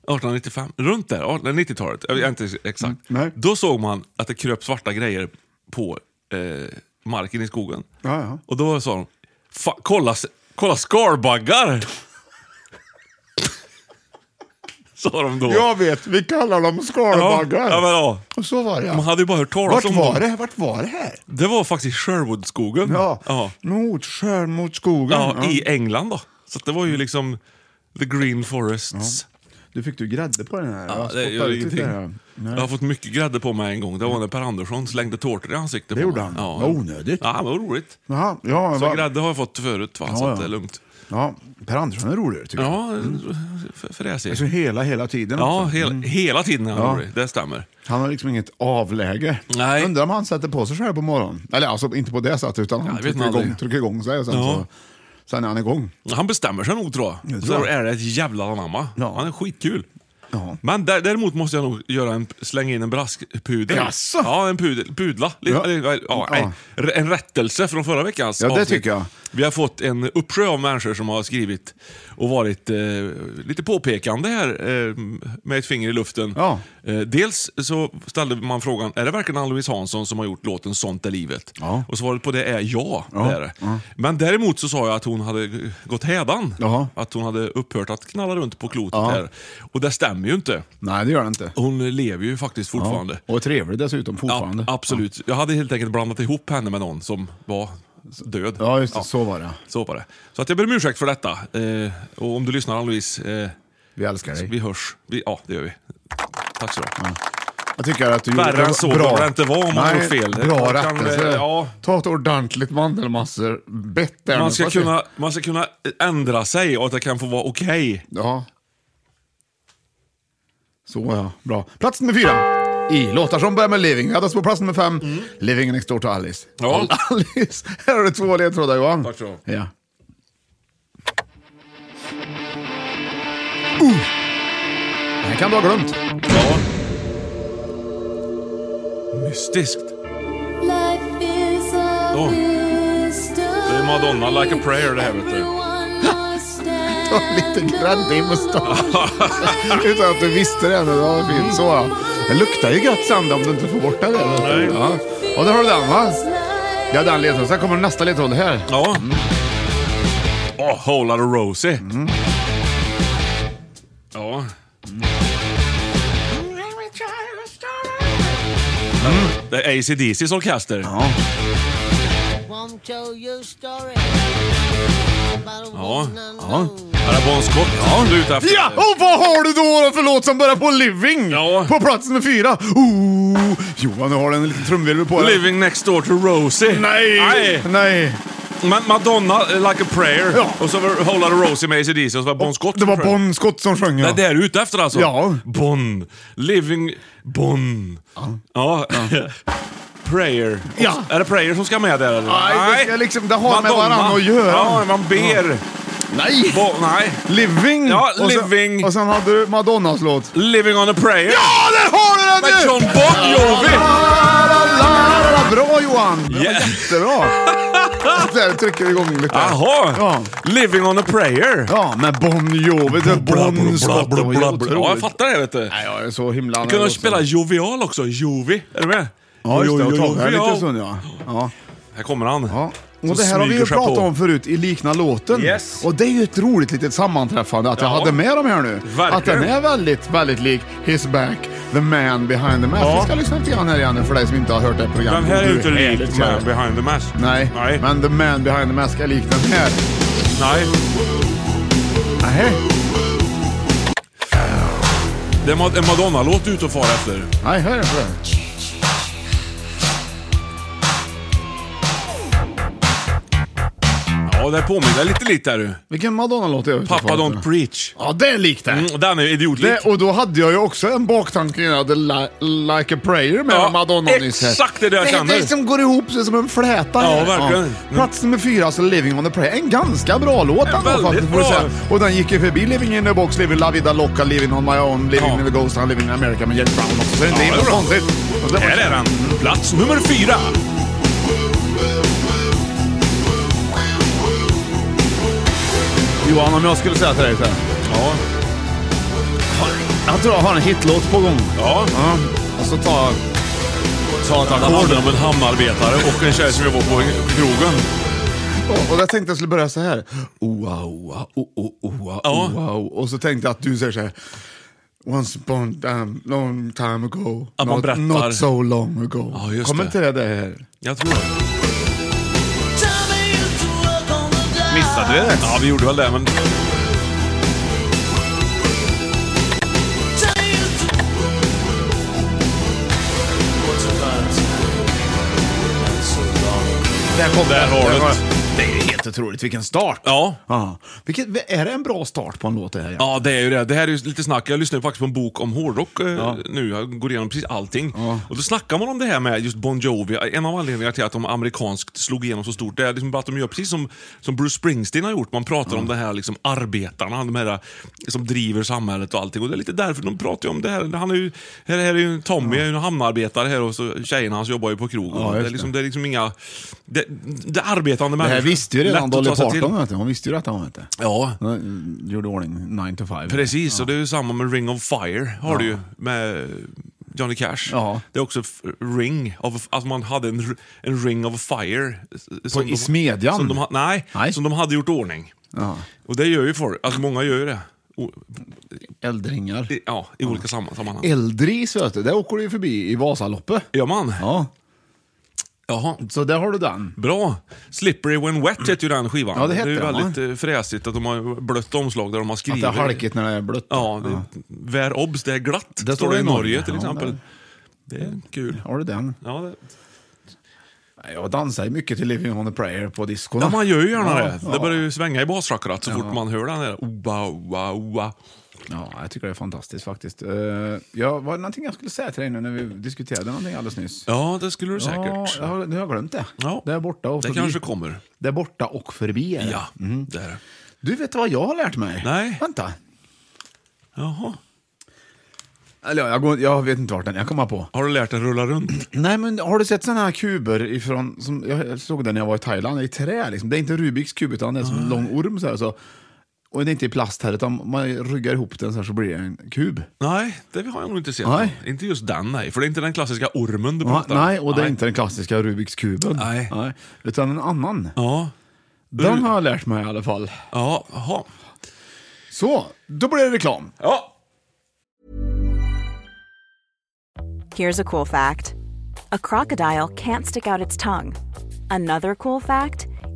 C: 1895, runt där, 1890-talet. Jag vet inte exakt.
B: nej.
C: Då såg man att det kröp svarta grejer på eh, marken i skogen.
B: Ja, ja.
C: Och då sa de, "Fa- kolla, s- kolla skalbaggar! sa de då.
B: Jag vet, vi kallar dem
C: ja,
B: skalbaggar.
C: ja, men, ja.
B: Och så var det ja.
C: Man hade ju bara hört talas
B: Vart
C: om
B: var
C: dem.
B: det? Vart var det här?
C: Det var faktiskt Sherwoodskogen.
B: Ja,
C: Ja.
B: mot skär mot skogen.
C: Ja, I England då. Så att det var ju liksom the green forests.
B: Du fick du grädde på den här.
C: Ja,
B: Jag
C: det
B: spottar
C: gör
B: ut lite
C: ingenting.
B: här. Nej.
C: Jag har fått mycket grädde på mig en gång. Det var när Per Andersson slängde tårtor i ansiktet
B: Det
C: på
B: gjorde
C: mig.
B: han. Vad onödigt.
C: Ja, det var roligt.
B: Jaha, ja,
C: Så
B: va-
C: grädde har jag fått förut, va? så
B: Ja,
C: att
B: ja.
C: det är lugnt.
B: ja, Per Andersson är roligare tycker jag.
C: Ja, f- fräsig.
B: Alltså hela, hela tiden.
C: Ja,
B: också. Mm.
C: hela, hela tiden är han
B: Ja.
C: rolig. Det stämmer.
B: Han har liksom inget avläge.
C: Nej.
B: Undrar om han sätter på sig själv på morgonen. Eller alltså inte på det sättet, utan han
C: vet
B: trycker,
C: man aldrig.
B: igång, trycker igång sig och sen,
C: Ja.
B: så, sen är han igång.
C: Han bestämmer sig nog tror jag.
B: Jag
C: Och
B: tror
C: så
B: det.
C: är det ett jävla anamma.
B: Ja.
C: Han är skitkul.
B: Ja.
C: Men dä- däremot måste jag nog göra en, slänga in en braskpudel.
B: Jaså?
C: Ja, en pudel, pudla. Lite,
B: Ja.
C: eller, ja, nej, r- En rättelse från förra veckans
B: Ja, det
C: avsnitt.
B: tycker jag.
C: Vi har fått en uppsjö av människor som har skrivit och varit eh, lite påpekande här eh, med ett finger i luften.
B: Ja.
C: Eh, dels så ställde man frågan, är det verkligen Ann-Louise Hansson som har gjort låten Sånt är livet?
B: Ja.
C: Och svaret på det är ja. Det är det. Men däremot så sa jag att hon hade gått hädan.
B: Jaha.
C: Att hon hade upphört att knalla runt på klotet här. Och det stämmer ju inte.
B: Nej, det gör han inte.
C: Hon lever ju faktiskt fortfarande.
B: Och är trevlig dessutom fortfarande.
C: Ja, absolut. Jag hade helt enkelt blandat ihop henne med någon som var död.
B: Ja, just det. Så var det.
C: Så var det. Så att jag ber om ursäkt för detta. Eh, och om du lyssnar Ann-Louise, eh,
B: Vi älskar dig.
C: vi hörs. Vi, ja, det gör vi. Tack så du ha.
B: Jag tycker att du
C: Värre
B: gjorde
C: än så behöver det inte vara om man har gjort fel.
B: Bra
C: Man kan,
B: rättelse.
C: eh, ja.
B: Ta ett ordentligt mandelmassor bett där nu,
C: Man ska,
B: får se.
C: kunna, man ska kunna ändra sig och att det kan få vara okej.
B: Ja. Så ja, bra. Plats nummer fyra. I låtar som börjar med Living. Vi hade oss på plats nummer fem. Living next door to Alice.
C: Mm. Ja.
B: Alice. Här har du två ledtrådar Johan.
C: Tack så mycket.
B: Ja. Uh. Det här kan du ha glömt.
C: Ja. Mystiskt. Ja. Det är Madonna, Like a prayer det här vet du.
B: Och lite grädde i mustaschen. Utan att du visste det. Men det var fint. Så ja. Det luktar ju gött sen då, om du inte får bort det. Nej. Ja. Och där har du den va? Ja, den ledtråden. Sen kommer nästa ledtråd här.
C: Ja. Åh, Whole Lotta Rosie. Ja. Mm. Det är ACDC's orkester. Ja. Ja. Är det Bon Scott ja. du är ute efter?
B: Ja, och vad har du då då för låt som börjar på Living?
C: Ja.
B: På plats nummer fyra. Oh, Johan, nu har du en liten trumvirvel på dig.
C: Living next door to Rosie.
B: Nej!
C: Nej.
B: Nej!
C: Men Madonna, eh, Like a prayer.
B: Ja.
C: Och så var det Whole Lotta Rosie med ACDC och så var det Bon Scott.
B: Det var
C: tror jag.
B: Bon Scott som sjöng
C: Det
B: ja.
C: är det du är ute efter alltså?
B: Ja.
C: Bonn. Living Bonn. Ja. prayer.
B: Ja.
C: Är det prayer som ska med där eller?
B: Nej, det ska liksom- det har med
C: Madonna.
B: varandra att göra.
C: Ja, man ber.
B: Nej!
C: Bo, nej.
B: Living!
C: Ja,
B: Och sen-
C: Living.
B: Och sen hade du Madonnas låt.
C: Living on a prayer.
B: Ja, där har du
C: Med
B: den
C: John
B: nu!
C: Bon Jovi!
B: Bra Johan! Det var
C: Yeah.
B: jättebra! Där trycker vi igång lite.
C: Jaha!
B: Ja.
C: Living on a prayer.
B: Ja, med Bon Jovi. Det är
C: Bla, bla, bla,
B: Bon Scott.
C: bla,
B: Det var ju
C: bla, bla. Ja, jag
B: otroligt.
C: fattar det vet du.
B: Nej, jag är så himla...
C: Du kunde spela jovial också. Jovi. Är du med?
B: Ja, just det. Och
C: Jovial.
B: tagga en liten stund ja. ja.
C: Här kommer han.
B: Ja. Och det här har vi ju
C: smyger sig
B: pratat
C: på.
B: om förut i likna låten.
C: Yes.
B: Och det är ju ett roligt litet sammanträffande att jag
C: Ja.
B: hade med dem här nu.
C: Verkligen.
B: Att den är väldigt, väldigt lik His Back, The Man Behind the Mask.
C: Ja.
B: Vi ska lyssna lite grann här igen nu för dig som inte har hört det här programmet.
C: Den här är
B: Du
C: ju inte
B: härligt,
C: lik
B: kära.
C: Man behind the mask.
B: Nej.
C: Nej.
B: men The Man Behind the Mask är lik den här.
C: Nej.
B: Nej,
C: Det är Ma- en Madonna-låt ute och far efter.
B: nej, hör inte det.
C: Ja, det påminner lite lite där du.
B: Vilken Madonna-låt är det?
C: Pappa Don't Preach.
B: Ja, det är likt det.
C: Mm, den är idiotlik.
B: Det, och då hade jag ju också en baktanke innan jag hade li, Like a prayer med
C: Ja,
B: Madonna nyss. här.
C: exakt det där jag
B: det,
C: känner.
B: Det liksom går ihop så som en fläta.
C: Ja,
B: här.
C: verkligen. Mm.
B: Plats nummer fyra, alltså Living on a prayer. En ganska bra låt ändå
C: väldigt
B: faktiskt. får jag
C: bra.
B: säga. Och den gick ju förbi Living in a box, Living la vida loca, Living on my own, Living
C: Ja.
B: in the ghost, and Living in America med Jack Brown också. Så det är inte
C: Ja, det är
B: något
C: bra.
B: konstigt. Och det var-
C: Här är den. Plats nummer fyra.
B: Johan, om jag skulle säga till dig så här.
C: Ja.
B: Jag tror jag har en hitlåt på gång.
C: Ja.
B: Ja. Och så tar jag...
C: Sa att han handlar om en hamnarbetare och en tjej som jobbar på krogen.
B: Och jag tänkte jag skulle börja så här. Oa, oa, o, o, oa,
C: Ja.
B: oa, o. Och så tänkte jag att du säger så här. Once upon a time, long time ago.
C: Att man
B: not,
C: berättar.
B: not so long ago.
C: Ja, just
B: Kommer
C: det.
B: inte det där här?
C: Jag tror det. Missade vi det? Ja, vi gjorde väl det, men...
B: Där kom
C: Där har du det.
B: Det är ju helt otroligt. Vilken start.
C: Ja.
B: Ja. Vilket, är det en bra start på en låt det här?
C: Ja, det är ju det. Det här är ju lite snack. Jag lyssnar ju faktiskt på en bok om hårdrock eh, nu. Jag går igenom precis allting. Och då snackar man om det här med just Bon Jovi. En av anledningarna till att de amerikanskt slog igenom så stort, det är liksom bara att de gör precis som, som Bruce Springsteen har gjort. Man pratar om det här liksom arbetarna, de här eh, som driver samhället och allting. Och det är lite därför de pratar ju om det här. Han är ju, här, här är ju Tommy, är ju en hamnarbetare här och så tjejerna hans jobbar ju på krogen.
B: Ja, just
C: det, är
B: det.
C: liksom, det är liksom inga... Det, det arbetande
B: Det här
C: människor.
B: visste ju
C: Lätt
B: redan
C: att
B: Dolly
C: ta sig till.
B: Parton. vet du. Hon visste ju detta hon inte.
C: Ja,
B: Hon gjorde ordning 9 to 5.
C: Precis, och det är ju samma med Ring of Fire, har du ju, med Johnny Cash.
B: Ja.
C: Det är också f- ring, of, att man hade en, r- en ring of fire. s- Som
B: i smedjan?
C: Som de, ha- nej,
B: Nej.
C: som de hade gjort ordning. Och det gör ju folk, alltså många gör ju det. O,
B: Eldringar.
C: i, ja, i olika samman- sammanhang.
B: Eldris vet du, det åker du ju förbi i Vasaloppet.
C: Gör man?
B: Ja,
C: Jaha.
B: så där har du den.
C: Bra! Slippery When Wet heter ju den skivan.
B: Ja, det
C: är ju
B: heter den,
C: väldigt eh, fräsigt att de har blött omslag där de har
B: Att
C: skrivit.
B: det är halkigt när det är blött.
C: Ja, det, vär obs, det är glatt,
B: Det
C: står det i Norge till exempel. Det är kul.
B: Har du den?
C: Ja, det,
B: Nej, Jag dansar ju mycket till Living on a prayer på diskorna.
C: Ja, man gör ju gärna
B: Ja,
C: det.
B: ja.
C: Det börjar ju svänga i basrackrat så fort man hör den där oba, oba, oba.
B: Ja, jag tycker det är fantastiskt faktiskt. Uh, ja, var det någonting jag skulle säga till dig nu när vi diskuterade någonting alldeles nyss?
C: Ja, det skulle du säkert.
B: Ja, jag har- nu har jag glömt det.
C: Ja.
B: Det är borta och
C: Det
B: förbi.
C: kanske kommer.
B: Det är borta och förbi. är det. Mm.
C: Ja, det är det.
B: Du, vet du vad jag har lärt mig?
C: Nej.
B: Vänta.
C: Jaha.
B: Eller ja, jag, går, jag vet inte vart den är. Jag kommer på.
C: Har du lärt dig rulla runt?
B: Nej, men har du sett sådana här kuber ifrån, som, jag såg den när jag var i Thailand, i trä liksom. Det är inte Rubiks kub utan det är som en lång orm så här. Så. Och det är inte i plast här utan man ryggar ihop den så här så blir det en kub.
C: Nej, det har jag nog inte sett.
B: Nej.
C: Inte just den, nej. För det är inte den klassiska ormen du
B: Ja,
C: pratar om.
B: nej, och det är inte den klassiska Rubiks kuben.
C: Nej.
B: Utan en annan.
C: Ja,
B: Den har jag lärt mig i alla fall.
C: ja, jaha.
B: Så, då blir det reklam.
C: Ja.
E: Here's a cool fact a crocodile can't stick out its tongue. Another cool fact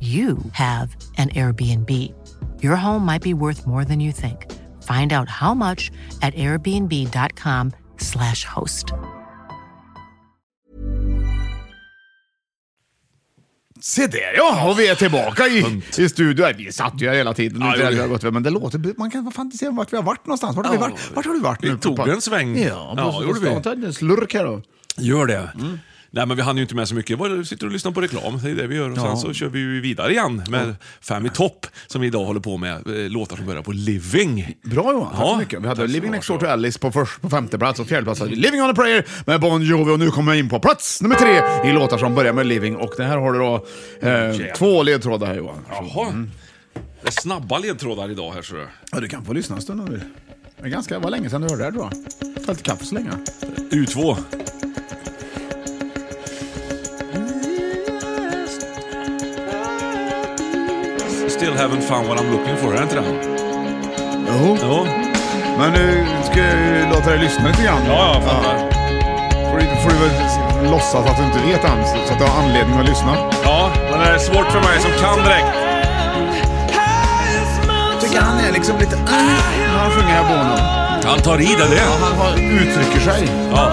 F: you have an Airbnb. Your home might be worth more than you think. Find out how much at airbnb.com/slash host.
B: Se där ja, och vi är tillbaka i, i studion. Vi satt ju här hela tiden.
C: Ja,
B: Ja,
C: jo,
B: det
C: det-
B: har gått, men det låter, man kan fantisera om vart vi har varit någonstans. Vart har, vi
C: Ja.
B: varit, vart har du varit
C: Vi
B: nu?
C: tog en sväng.
B: Ja,
C: Ja,
B: ja
C: gjorde vi.
B: gjorde vi. En slurk här då.
C: Gör det. Nej, men vi hann ju inte med så mycket. Vi bara sitter och lyssnar på reklam, det är det vi gör. Och sen så kör vi ju vidare igen med Fem i topp, som vi idag håller på med. eh, Låtar som börjar på Living.
B: Bra Johan, tack
C: Ja.
B: så mycket. Vi hade
C: Tack så
B: Living Next Door
C: mycket.
B: to Alice på, först, på femte plats och fjärde plats hade vi Living on a prayer med Bon Jovi och nu kommer jag in på plats nummer tre i låtar som börjar med Living och det här har du då eh, två ledtrådar här Johan.
C: Jaha. Det är snabba ledtrådar idag här, ser du.
B: Ja, du kan få lyssna en stund om du vill. Det är ganska, var länge sedan du hörde det här tror jag. Ta lite kaffe så länge.
C: U2. Still haven't found what I'm looking for, är det inte det?
B: Jo,
C: Jo.
B: men nu ska jag ju låta dig lyssna lite grann.
C: Ja, jag fattar.
B: Får du, får du väl låtsas att du inte vet än, så- så att du har anledning att lyssna.
C: Ja, men det är svårt för mig som kan direkt.
B: tycker han är liksom lite... När han sjunger här på honom.
C: Han tar i det, det.
B: Han har, uttrycker sig.
C: Ja.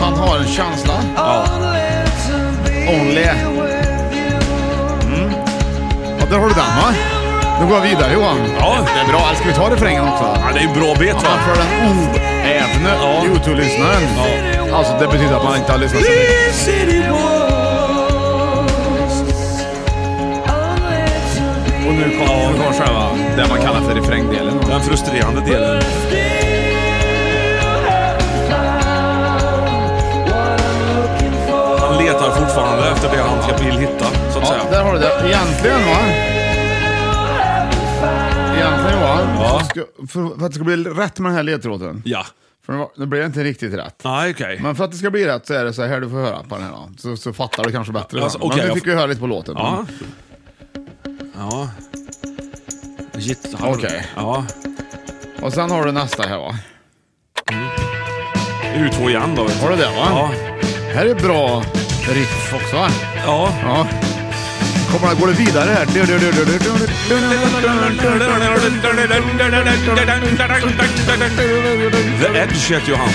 B: Han har en känsla.
C: ja.
B: Only. Mm. Ja, där har du den va? Nu går vi vidare Johan.
C: Ja.
B: Det är bra. Ska vi ta refrängen också?
C: ja det är ju bra bet,
B: Han
C: va?
B: för den oävne
C: Ja.
B: Youtube-lyssnaren.
C: Ja.
B: Alltså det betyder att man inte har lyssnat så mycket. Och nu kommer nu kommer själva det man kallar för refrängdelen.
C: Den frustrerande delen. Han letar fortfarande efter det han ska vill hitta, så att
B: Ja,
C: säga.
B: där har du det. Egentligen va? Egentligen va?
C: Ja.
B: Ska, för, för att det ska bli rätt med den här ledtråden.
C: Ja.
B: För det var- det blev inte riktigt rätt.
C: Nej, okej.
B: Men för att det ska bli rätt så är det så här du får höra på den här då. Så, så fattar du kanske bättre.
C: Alltså,
B: Men
C: okej,
B: nu
C: jag-
B: fick vi höra lite på låten.
C: Ja. Ja. Shit, han-
B: Okej.
C: Ja.
B: Och sen har du nästa här va.
C: U2 igen då. vet du.
B: Har du det va?
C: Ja.
B: Här är bra riff också va?
C: Ja.
B: Ja. Kommer det, går det vidare här?
C: The Edge heter ju han.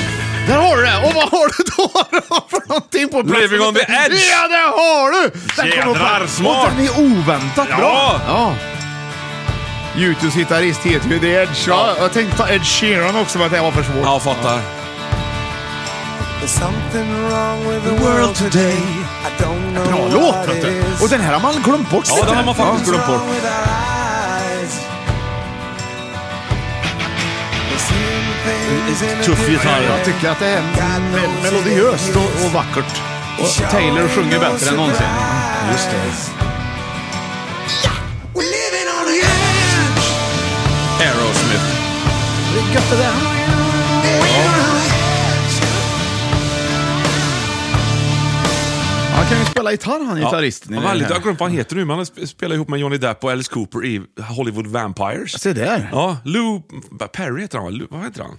B: Där har du det! Och vad har du då då för någonting på plats?
C: Living on the edge.
B: Ja, det har du!
C: Jädrar,
B: kommer fram.
C: smart.
B: Och den är oväntat
C: Ja.
B: bra. Ja. Youtubes gitarrist heter ju The Edge. Ja. Jag tänkte ta Ed Sheeran också för att det var för svårt.
C: Ja, fattar.
B: Bra låt vet du. Och den här har man glömt bort
C: Ja,
B: lite.
C: den har man faktiskt glömt bort. Tuff gitarr.
B: Jag tycker att det är mel- melodiöst och, och vackert. Och Taylor sjunger bättre än någonsin. Just det.
C: Aerosmith.
B: är gött det där. Han kan ju spela gitarr han, gitarristen. i
C: Han
B: det
C: var lite,
B: här.
C: jag har glömt vad han heter nu, men han sp- spelar ihop med Johnny Depp och Alice Cooper i Hollywood Vampires.
B: Se där.
C: Ja, Lou vad- Perry heter han, va? Lou- vad heter han?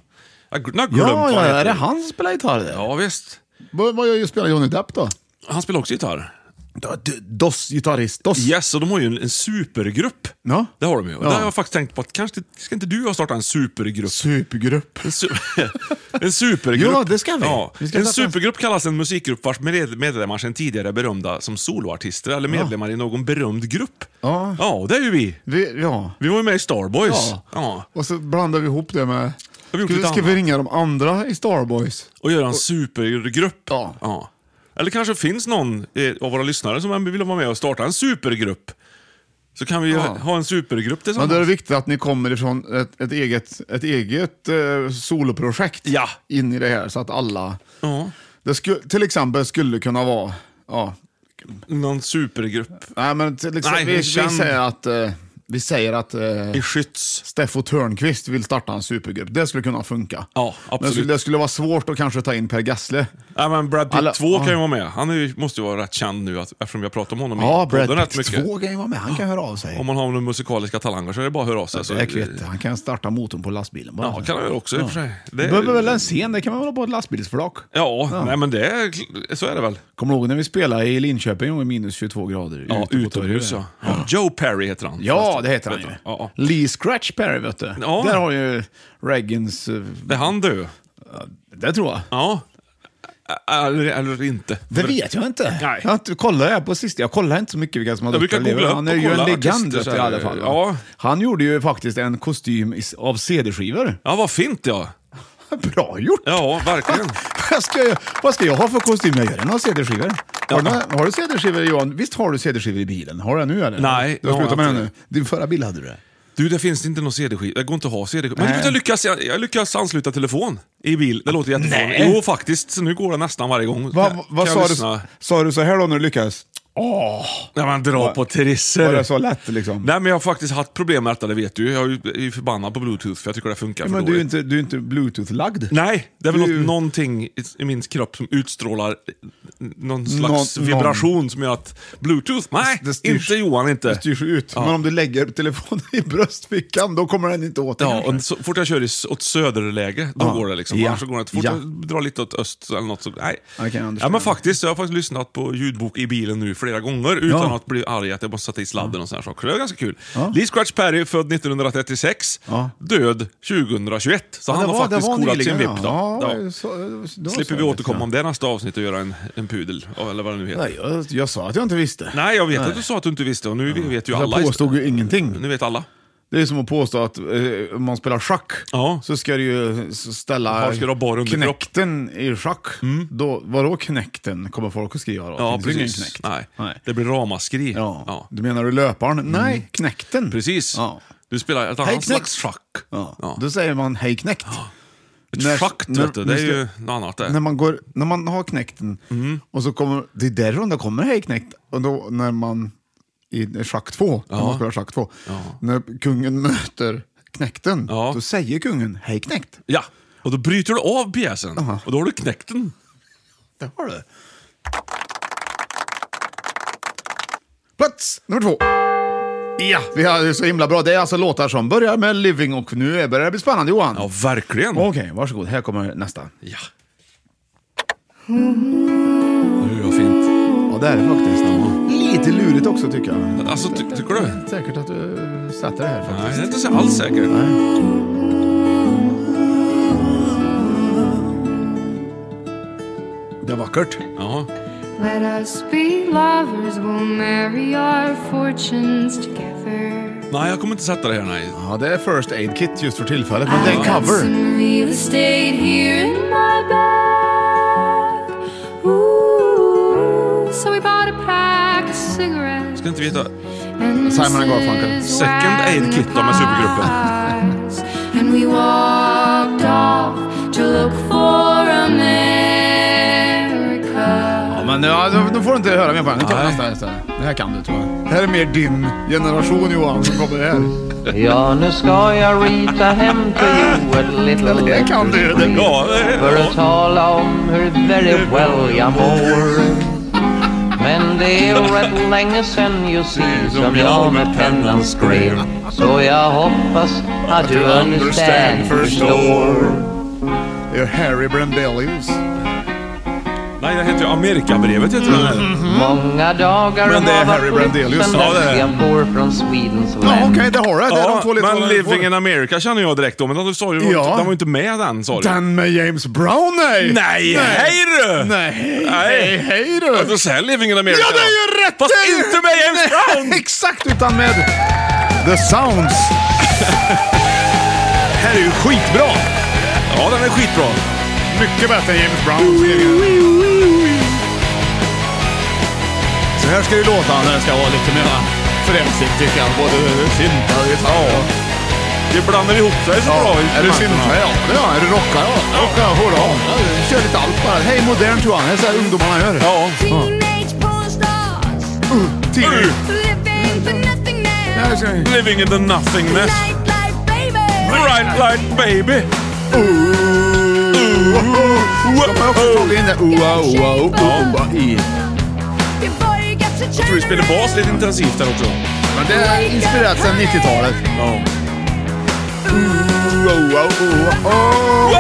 C: Jag har glömt
B: Ja,
C: vad
B: ja,
C: han
B: är
C: heter.
B: det han som spelar gitarr där?
C: Ja, visst.
B: Vad vad gör ju spelar Johnny Depp då?
C: Han spelar också gitarr.
B: Dos gitarrist, dos.
C: Yes, och de har ju en, en supergrupp.
B: Ja.
C: Det har de ju. Och
B: Ja.
C: Det har jag faktiskt tänkt på, att kanske ska inte du och jag starta en supergrupp?
B: Supergrupp.
C: En, su en supergrupp.
B: Ja, det ska vi.
C: Ja.
B: Vi ska
C: en
B: sätta-
C: supergrupp kallas en musikgrupp vars med- medlemmar sedan tidigare är berömda som soloartister eller medlemmar i någon berömd grupp.
B: Ja.
C: ja, och det är ju vi.
B: Vi, ja.
C: Vi var ju med i Starboys.
B: Ja.
C: ja.
B: Och så blandar vi ihop det med...
C: Har vi gjort
B: Ska vi,
C: lite
B: ska vi
C: annat?
B: ringa de andra i Starboys?
C: Och göra en supergrupp.
B: Ja.
C: Eller kanske finns någon eh, av våra lyssnare som vill vara med och starta en supergrupp. Så kan vi ju
B: Ja.
C: ha en supergrupp
B: Men
C: tillsammans.
B: då är det viktigt att ni kommer ifrån ett, ett eget, ett eget eh, soloprojekt
C: Ja.
B: in i det här så att alla Det sku, till exempel skulle kunna vara... Ja.
C: Någon supergrupp.
B: Nej, men till exempel,
C: Nej,
B: vi, vi
C: känd.
B: säger att... Eh, vi säger att... Eh,
C: I Skytts.
B: Steffo Törnqvist vill starta en supergrupp. Det skulle kunna funka.
C: Ja,
B: Men det
C: absolut.
B: skulle, det skulle vara svårt att kanske ta in Per Gessle.
C: Nej, men Brad Pitt
B: Alla-
C: 2 kan ju
B: ja.
C: vara med. Han är ju, måste ju vara rätt känd nu att, eftersom vi har pratat om honom
B: Ja,
C: i
B: Brad
C: podden rätt
B: Pitt
C: mycket.
B: 2 kan ju vara med. Han kan höra av sig.
C: Om man har några musikaliska talanger så är det bara att höra av sig. Så,
B: Jag vet, han kan starta motorn på lastbilen. bara.
C: ja, kan han väl också i och för sig.
B: Det
C: Det-
B: behöver väl en scen, det kan man väl ha på ett lastbilsflak.
C: Ja, nej men det är, så är det väl.
B: Kommer du ihåg när vi spelade i Linköping och det var minus 22 grader?
C: Ja,
B: Ute på
C: utomhus
B: torget.
C: ja. ja. Joe Perry heter han.
B: Ja,
C: förresten.
B: det heter han
C: Vet
B: ju.
C: du? Ja, ja.
B: Lee Scratch Perry, vet du.
C: Ja.
B: Där har ju Reagans... eh,
C: Det är han du.
B: Det tror jag.
C: Ja. Eller, eller inte.
B: Det vet jag inte.
C: Nej.
B: Jag har inte kollat det här på sist. Jag kollar inte så mycket vilka som har
C: Jag brukar
B: dött eller
C: googla
B: lever. Han är ju
C: upp och
B: en
C: kolla
B: legend
C: artister
B: vet
C: så
B: du, i
C: här.
B: alla fall. va?
C: Ja.
B: Han gjorde ju faktiskt en kostym is- av CD-skivor.
C: Ja, vad fint ja.
B: Bra gjort!
C: Ja, verkligen.
B: vad, ska jag, vad ska jag ha för kostym? Jag gör den av CD-skivor.
C: Ja.
B: Har, du några- har du CD-skivor Johan? Visst har du CD-skivor i bilen? Har du det nu eller?
C: Nej,
B: Du har
C: det har
B: slutat med
C: jag
B: det nu.
C: inte.
B: Din förra bil hade du det.
C: Du, det finns inte någon CD-skiva. Det går inte att ha CD-skiva. Men
B: Nej.
C: du vet, jag lyckas, jag, jag lyckas ansluta telefon i bil. Det låter jättefånigt.
B: Nej.
C: Jo, faktiskt. Så nu går det nästan varje gång.
B: Va,
C: Kan
B: vad
C: jag
B: sa du,
C: lyssna?
B: sa du så här då när du lyckades?
C: När man drar på trisser.
B: Var det så lätt liksom?
C: Nej, men jag har faktiskt haft problem med detta, det vet du. Jag är ju- är ju förbannad på bluetooth, för jag tycker det funkar för
B: Men du är
C: dåligt.
B: ju inte, du är inte bluetooth-lagd.
C: Nej, det är väl
B: Du-
C: något, någonting i- i min kropp som utstrålar någon slags
B: Nå- någon-
C: vibration som gör att bluetooth, nej,
B: Det styrs-
C: inte Johan
B: Det
C: inte.
B: styrs ut.
C: Ja.
B: Men om du lägger telefonen i bröstfickan, då kommer den inte åt dig,
C: Ja,
B: kanske.
C: och så fort jag kör i s- åt söderläge, då
B: Ja.
C: går det liksom.
B: Ja.
C: Annars så går det inte. Fort
B: Ja.
C: jag drar lite åt öst eller något så, nej.
B: I can understand.
C: ja, men faktiskt, jag har faktiskt lyssnat på ljudbok i bilen nu flera gånger utan
B: Ja.
C: att bli arg att jag måste sätta i sladden och sådana saker. Det var ganska kul. Lee Scratch Perry, född 1936,
B: Ja.
C: död 2021. Så han
B: Det
C: har
B: var- det
C: faktiskt
B: var
C: kolat sin
B: nyligen,
C: vipp
B: ja.
C: då.
B: Ja,
C: Ja.
B: Så, då
C: slipper vi återkomma om det nästa avsnitt och göra en, en pudel, eller vad det nu heter.
B: Nej,
C: Nej,
B: jag, jag sa att jag inte visste.
C: jag vet att du sa att du inte visste och nu vet ju
B: jag
C: alla.
B: påstod ju ingenting.
C: Nu vet alla.
B: Det är som att påstå att eh, om man spelar schack
C: Ja.
B: så ska du ju s- ställa
C: Har- ska du ha bar underkropp?
B: knäkten i schack. Då, vadå knäkten, kommer folk att skriva då?
C: Mm. Ja,
B: Finns det ingen
C: precis.
B: knäkt?
C: Nej.
B: Nej.
C: Det blir ramaskri.
B: Ja.
C: Ja. Mm.
B: Du menar du löparen? Nej, knäkten.
C: Precis.
B: Ja.
C: Du spelar ett
B: Hej,
C: annat
B: knäck.
C: slags schack.
B: Ja.
C: Ja.
B: Då säger man hej knäckt.
C: Ett
B: När-
C: schack,
B: när-
C: vet du. Det är Mm.
B: när-
C: ju något annat det.
B: När man, går, när man har knäckten och så kommer, det är därifrån det kommer hej knäckt. Och då när man i schack 2, när man spelar schack 2, när kungen möter knäckten,
C: Ja.
B: då säger kungen hej knäckt.
C: Ja. Och då bryter du av pjäsen. Och då har du knäckt den.
B: Det har du. Plats nummer två. Ja, vi har ju så himla bra. Det är alltså låtar som börjar med Living och nu är- börjar det bli spännande Johan.
C: Ja, verkligen.
B: Okej, varsågod. Här kommer nästa.
C: Ja. Det var fint.
B: Ja, det är det faktiskt. Lite lurigt också tycker jag.
C: Alltså, ty tycker du?
B: Säkert att du sätter det här
C: Nej,
B: faktiskt.
C: jag är inte så alls säker.
B: Det är vackert.
C: Ja.
G: Let us be lovers, we'll marry our fortunes together.
C: Nej, jag kommer inte sätta det här, nej.
B: Ja, det är First Aid Kit just för tillfället, men det är en cover.
G: Some real estate here in my bag. Ooh, so we bought a pack of cigarettes.
C: Ska inte veta.
G: and
B: Simon and Garfunkel.
G: Mrs.
C: Second Aid Kit då med supergruppen.
G: Wagner's. And we walked off to look for America.
B: Ja, men ja, då, då får du inte höra mer på den. Nu tar vi
C: Nej.
B: nästa istället. Det här kan du tror jag. Det här är mer din generation Johan som kommer här.
D: Ja, nu ska jag rita hem till you ett
H: Mm.
B: Det
D: litet
B: här kan du ju. Det-
C: Ja, det-
D: för att tala om hur very well jag mår. Men det är rätt länge sen you see som jag med pennan skrev. Så jag hoppas att du understand, förstår.
B: Det är Harry Brandelius.
C: nej, det heter ju Amerikabrevet. Heter den här.
D: Många dagar
B: Men det är Harry
D: har varit
B: Brandelius.
D: utan
B: Ja, det är
D: att
B: det.
D: jag får från Swedens
B: Ja,
D: land.
B: okej, det har jag. Det är de
C: Ja,
B: två ledtrådarna
C: men
B: du
C: Living
B: får.
C: in America känner jag direkt om. Men du sa ju, den
B: Ja.
C: var ju inte med den, sa du.
B: Den med James Brown, nej!
C: Nej, hej du!
B: Nej, hej,
C: Nej.
B: hej
C: Ja,
B: du!
C: då säger Living in America.
B: Ja, det är ju rätt!
C: Fast
B: Det är ju-
C: inte med James
B: Nej,
C: Brown!
B: Exakt, utan med The Sounds. här är ju skitbra!
C: Ja, den är skitbra.
B: Mycket bättre än James Browns egen. Så här ska det låta när det ska vara lite mer frälsigt tycker jag. Både syntar och gitarr.
C: Det blandar ihop sig så bra i
B: Är du
C: matcherna.
B: syntar ja? Det gör jag. Är du rockare ja? Rockare, hurra. Ja, jag Kör lite allt bara. Hej modern Johan, det är så här ungdomarna gör.
C: Ja.
B: Uh,
C: Mm.
B: Teenage. Ja, så-
C: Living in the nothingness. Right light baby.
B: Mm. Ooh, ooh. De har också tagit in det där ooh, ah, ooh, ah, ooh, ooh, ooh, ah, i.
C: Tror du spelar bas lite intensivt där också.
B: Men det är inspirerat sedan 90-talet.
C: Ja.
B: Ooh, ooh, ah, ooh, ah, ooh.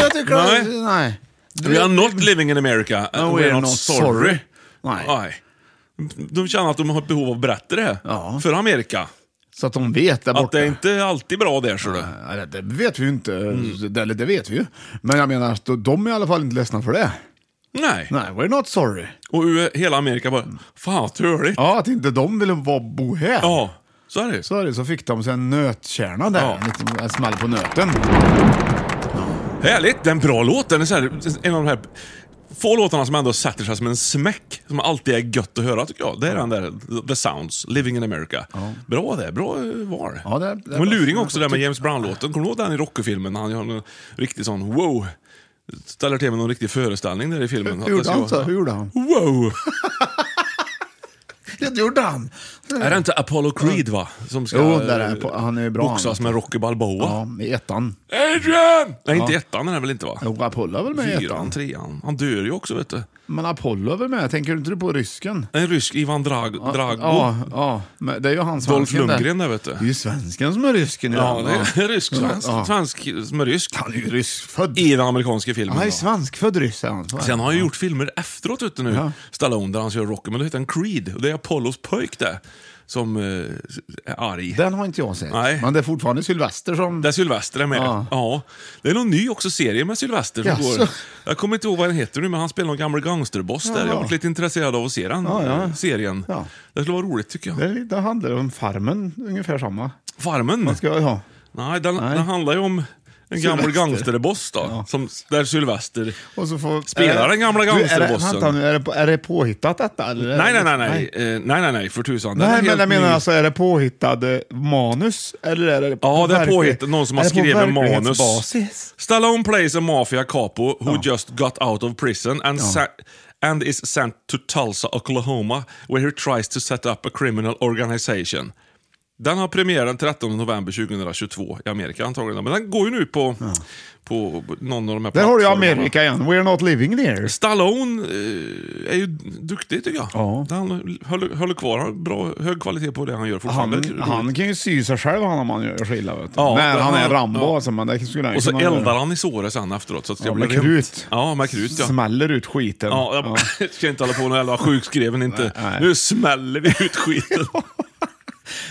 B: Jag tycker
C: Nej.
B: att- Nej.
C: We are not living in America. and
B: No,
C: we're not sorry.
B: Nej.
C: Nej. De känner att de har ett behov av att berätta det här
B: Ja.
C: för Amerika.
B: Så att de vet där borta.
C: Att det är inte alltid bra där, så du.
B: Ja, det- Det vet vi ju inte.
C: Mm.
B: Det, eller det vet vi ju. Men jag menar, att de- de är i alla fall inte ledsna för det.
C: Nej.
B: Nej, we're not sorry.
C: Och ur hela Amerika bara, fan vad törligt.
B: Ja, att inte de ville vara bo här.
C: Ja, så är det.
B: Så, är det, så fick de sig en nötkärna där.
C: Ja.
B: En liten smäll på nöten.
C: Härligt, det är en bra låt. Den är så här, en av de här få låtarna som ändå sätter sig som en smäck. Som alltid är gött att höra tycker jag. Det är den där The Sounds, Living in America. Bra det, bra eh, var.
B: Ja, det- det
C: var
B: var-
C: en luring också där med James Brown-låten. Kommer du ihåg den i Rocky-filmen? när Han gör en riktig sån wow. Ställer till med någon riktig föreställning där i filmen.
B: Hur gjorde
C: Att
B: han
C: det
B: så?
C: ska vara-
B: Hur gjorde han?
C: Wow!
B: Det gjorde han!
C: Är det inte Apollo Creed va? Som ska
B: Jo, där är
C: eh,
B: Apo- han är bra,
C: boxas
B: han.
C: med Rocky Balboa.
B: Ja, i ettan.
C: Adrian! Nej, inte ettan är det väl inte va?
B: Jo, Apollo är väl med i
C: Fyran,
B: ettan?
C: trean. Han dör ju också vet du.
B: Men Apollo är väl med? Tänker du inte på rysken?
C: En rysk Ivan Drag Drago.
B: Ja, ja. Men det är ju han
C: Dolph
B: svensken
C: Lundgren där vet
B: Det är
C: du.
B: ju svensken som är rysken. i
C: Ja,
B: den,
C: det är rysk. Svensk,
B: Ja.
C: svensk som är rysk.
B: Han är ju ryskfödd.
C: I den amerikanska filmen.
B: Han är
C: då.
B: svenskfödd ryss är han. Så är
C: E- Sen
B: det.
C: har han ju gjort filmer efteråt vet du nu, Stallone, där han kör Rocky, men då heter han Creed. Och det är Apollos pojk där, som eh, är arg.
B: Den har inte jag sett.
C: Nej.
B: Men det är fortfarande Sylvester som...
C: Där Sylvester är med. Ja.
B: Ja.
C: Det är någon ny också serie med Sylvester. Som
B: Jaså?
C: går. Jag kommer inte ihåg vad den heter nu, men han spelar någon gammal gangsterboss där. Jag har varit lite intresserad av att se den eh, serien.
B: Ja.
C: Det skulle vara roligt tycker jag.
B: Det, det handlar om Farmen, ungefär samma.
C: Farmen?
B: Man ska, ja.
C: Nej, den,
B: Nej.
C: den handlar ju om en gammal
B: Sylvester.
C: gangsterboss då. Som, där Sylvester...
B: Och så får,
C: Spelar
B: är det-
C: den gamla
B: Du, är det-
C: gangsterbossen.
B: Vänta nu, är det, på- är det påhittat detta? Eller? är
C: Nej, nej,
B: det-
C: nej, nej. Eh, nej, nej, nej, för tusan. Den är
B: Nej, men
C: helt
B: jag
C: ny.
B: menar alltså, är det påhittade manus? Eller är det
C: Ja, det är
B: verklig-
C: påhittat. Någon som har
B: är det på
C: skrivit manus.
B: verklighetsbasis?
C: Stallone plays a mafia capo who just got out of prison and, sa- and is sent to Tulsa, Oklahoma where he tries to set up a criminal organization. Den har premiär den 13 november 2022 i Amerika antagligen. Men den går ju nu på, på någon av de här
B: Där har du ju
C: plattformarna.
B: Amerika igen. We're not living there.
C: Stallone eh, är ju duktig tycker jag.
B: Ja.
C: Han håller, håller kvar har bra, hög kvalitet på det han gör fortfarande.
B: Han, han kan ju sy sig själv han om man gör sig illa. Vet du.
C: Ja,
B: När
C: men
B: han är
C: han-
B: Rambo
C: ja.
B: alltså, men det skulle han ju
C: Och så
B: kunna göra.
C: eldar han i såret sen efteråt. Så att det
B: Ja,
C: blir
B: med
C: rent.
B: krut.
C: Ja, med krut ja.
B: Smäller ut skiten.
C: Ja, jag ska inte hålla på med jävla sjukskriven inte.
B: Nej, nej.
C: Nu smäller vi ut skiten.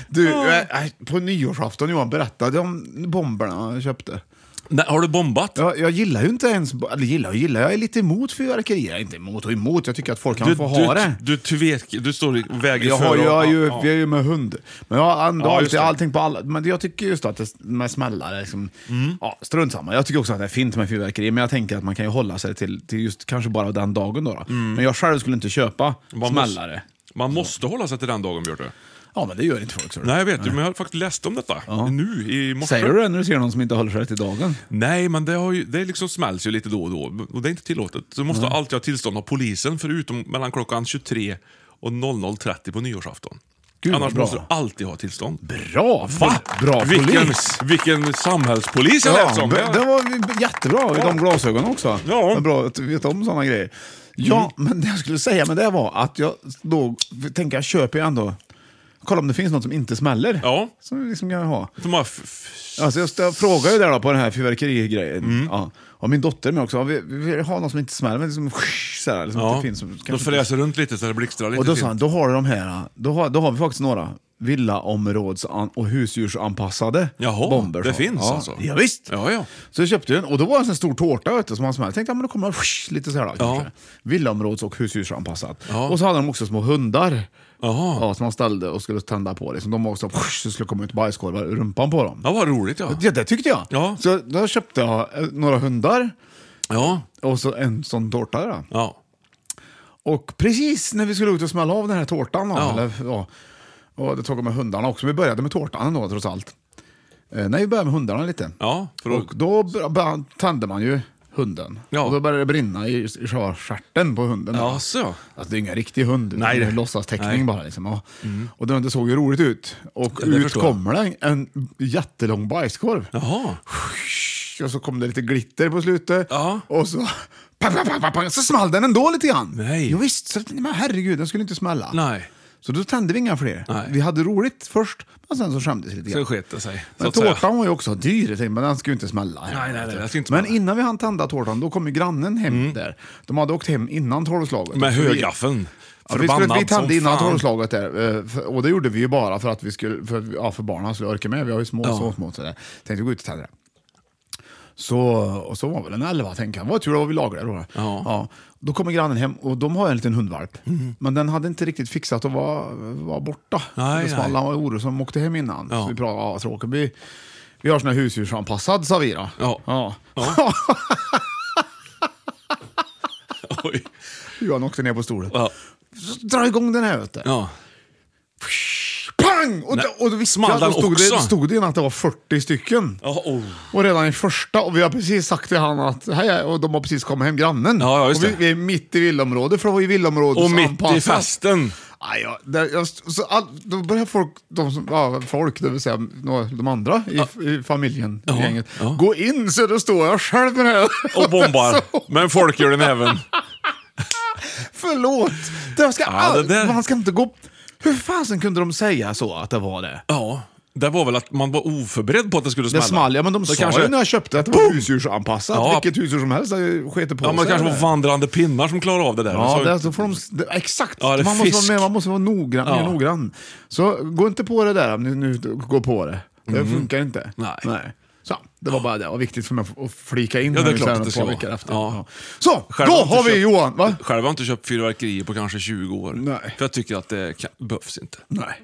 B: Du, eh, eh, på nyårsafton Johan berättade om bomberna han köpte.
C: Nej, har du bombat?
B: Jag, jag gillar ju inte ens, eller gillar och gillar, jag är lite emot fyrverkerier. Jag är Inte emot och emot, jag tycker att folk kan
C: du,
B: få
C: du,
B: ha det.
C: Du, tvek, du står i vägen
B: Jag
C: för...
B: har ju,
C: och-
B: jag har ju,
C: ja,
B: vi är ju med hund. Men jag har ändå
C: Ja, just
B: alltid
C: det.
B: allting på alla. Men jag tycker just att det med smällare, liksom,
C: Mm.
B: ja, strunt samma. Jag tycker också att det är fint med fyrverkerier, men jag tänker att man kan ju hålla sig till, till just kanske bara den dagen då. då. Men jag själv skulle inte köpa
C: Man Mm. måste-
B: smällare.
C: Man måste hålla sig till den dagen, Björte.
B: Ja, men det gör inte folk. Så.
C: Nej, jag vet ju, men jag har faktiskt läst om detta. Nu, i morse.
B: Säger du det när du ser någon som inte håller sig till dagen?
C: Nej, men det, har ju, det liksom smälls ju lite då och då. Och det är inte tillåtet. Så måste alltid ha tillstånd av polisen, förutom mellan klockan 23 och 00.30 på nyårsafton.
B: Gud, vad
C: Annars
B: bra.
C: måste du alltid ha tillstånd.
B: Bra!
C: Va?
B: Bra
C: vilken,
B: polis!
C: Vilken samhällspolis jag
B: Ja,
C: lät som.
B: det,
C: Jag-
B: det var jättebra i de glasögonen också.
C: Ja. Mm.
B: Det är bra att du vet om sådana grejer. Ja, men det jag skulle säga med det var att jag då tänker jag köper ju ändå, kolla om det finns något som inte smäller.
C: Ja.
B: Som vi liksom kan ha.
C: De har f- f-
B: Alltså jag, jag frågar ju där då på den här fyrverkerigrejen.
C: Mm.
B: Ja. Och min dotter är med också. Ja, Vi, vi vill ha något som inte smäller, men liksom, så här, liksom
C: ja,
B: det finns. som
C: de
B: kanske inte-
C: fräser runt lite så det blixtrar lite.
B: och då
C: till.
B: sa han, då har du de här, då har, då har vi faktiskt några villaområds och husdjursanpassade
C: Jaha,
B: bomber.
C: det
B: sa-
C: finns
B: ja.
C: alltså?
B: Ja, visst.
C: Ja, ja.
B: Så jag köpte den och då var det en sån stor tårta vet du, som han smällde. Jag tänkte, ja, men då kommer det whoosh, lite så här då, kanske. Villaområds och husdjursanpassat. Och så hade de också små hundar
C: Jaha.
B: ja, som man ställde och skulle tända på. Liksom. De var också, whoosh, så skulle det komma ut bajskorvar ur rumpan på dem.
C: Ja, vad roligt ja.
B: Ja, det tyckte jag.
C: Ja.
B: Så då köpte jag eh, några hundar
C: Ja,
B: och så en sån tårta. Då.
C: ja.
B: Och precis när vi skulle ut och smälla av den här tårtan, då, eller, ja, Och det tog jag med hundarna också. Vi började med tårtan då trots allt. Eh, nej, vi började med hundarna lite.
C: Ja, för att-
B: Och då br- br- tände man ju hunden.
C: Ja.
B: Och då började det brinna i, i själva stjärten på hunden.
C: Ja, så.
B: Alltså, det är ingen riktig hund, utan
C: Nej,
B: det är
C: det-
B: en låtsasteckning
C: nej. Mm.
B: bara. Liksom. Och, och den, det såg ju roligt ut. Och
C: Ja, det
B: ut
C: förstår jag.
B: kommer det en jättelång bajskorv.
C: Jaha.
B: Och så kom det lite glitter på slutet.
C: Ja.
B: Och så, pang, pang, pang, pang, pang, så small den ändå lite grann.
C: Nej.
B: Jo, visst, så, men herregud, den skulle inte smälla.
C: Nej.
B: Så då tände vi inga fler.
C: Nej.
B: Vi hade roligt först, men sen så skämdes vi lite
C: Sen
B: grann.
C: sket det sig. Så
B: Men
C: att säga.
B: tårtan var ju också dyr, jag tänkte, men den ska ju inte smälla.
C: Nej, nej, nej, den ska inte
B: men
C: smälla. Mm.
B: innan vi hann tända tolvslaget, då kom ju grannen hem där. De hade åkt hem innan tolvslaget.
C: Med
B: Så vi- Ja,
C: högaffeln.
B: vi, skulle,
C: Förbannad
B: vi tände
C: som
B: innan
C: fan.
B: tolvslaget där, eh, för- och det gjorde vi ju bara för att vi skulle, för, att vi- ja, för barnen skulle orka med. Vi har ju små,
C: Ja.
B: så små. Så där. Tänkte gå ut och tända det. Så, och så var väl en elva, tänker jag. Vad tur, då var vi lagliga då.
C: Ja.
B: Då kommer grannen hem och de har en liten hundvalp.
C: Mhm.
B: Men den hade inte riktigt fixat att vara, vara borta.
C: Nej,
B: det
C: nej.
B: small, han var orolig som åkte hem innan.
C: Ja.
B: Så vi pratade, ja, tråkigt. Vi, vi har sån här husdjursanpassad, sa vi då.
C: Ja.
B: ja.
C: Ja. Oj.
B: Johan åkte ner på stolen.
C: Ja.
B: Så dra igång den här vet du.
C: Ja.
B: Pang! Och,
C: Nej.
B: då- och då visste
C: Small
B: jag, då
C: den
B: stod det,
C: också?
B: då stod det innan att det var 40 stycken.
C: Ja, oh.
B: Och redan i första, och vi har precis sagt till han att hej, hej, och de har precis kommit hem, grannen.
C: Ja, ja, just
B: och vi,
C: det.
B: vi är mitt i villaområdet, för det var ju villaområdet
C: Och mitt i festen.
B: Aj, ja, där, jag, så all, då börjar folk, de som, ja, folk, det vill säga några- de andra i, i familjen, i
C: Ja,
B: gänget,
C: ja.
B: gå in så då står jag själv med det här.
C: Och bombar.
B: Så-
C: Men folk gör det även.
B: Förlåt! Det ska
C: Ja,
B: all,
C: det där-
B: Man ska inte gå... Hur fasen kunde de säga så att det var det?
C: Ja. Det var väl att man var oförberedd på att det skulle
B: Det
C: smälla.
B: small, ja men de
C: Så
B: sa ju när jag köpte att det var husdjursanpassat.
C: Ja.
B: Vilket husdjur som helst hade skitit på
C: Ja, men det
B: sig.
C: kanske var vandrande pinnar som klarade av det där. Men
B: Ja,
C: så-
B: det, så får de, det, exakt!
C: Ja, det är
B: man, måste vara
C: fisk.
B: med, man måste vara noggrann, mer
C: Ja.
B: noggrann. Så gå inte på det där om ni nu går på det. Det funkar inte.
C: Mm. Nej.
B: Så, det var bara det. Det var viktigt för mig att flika in
C: Ja, det är
B: här nu
C: klart
B: sen
C: att
B: ett
C: det
B: par
C: ska
B: veckor
C: vara.
B: efter.
C: Ja.
B: Så,
C: Själv
B: då
C: har inte
B: har vi
C: köpt-
B: Johan, va?
C: Själv har jag inte köpt fyrverkerier på kanske 20 år.
B: Nej.
C: För jag tycker att det kan, behövs inte.
B: Nej.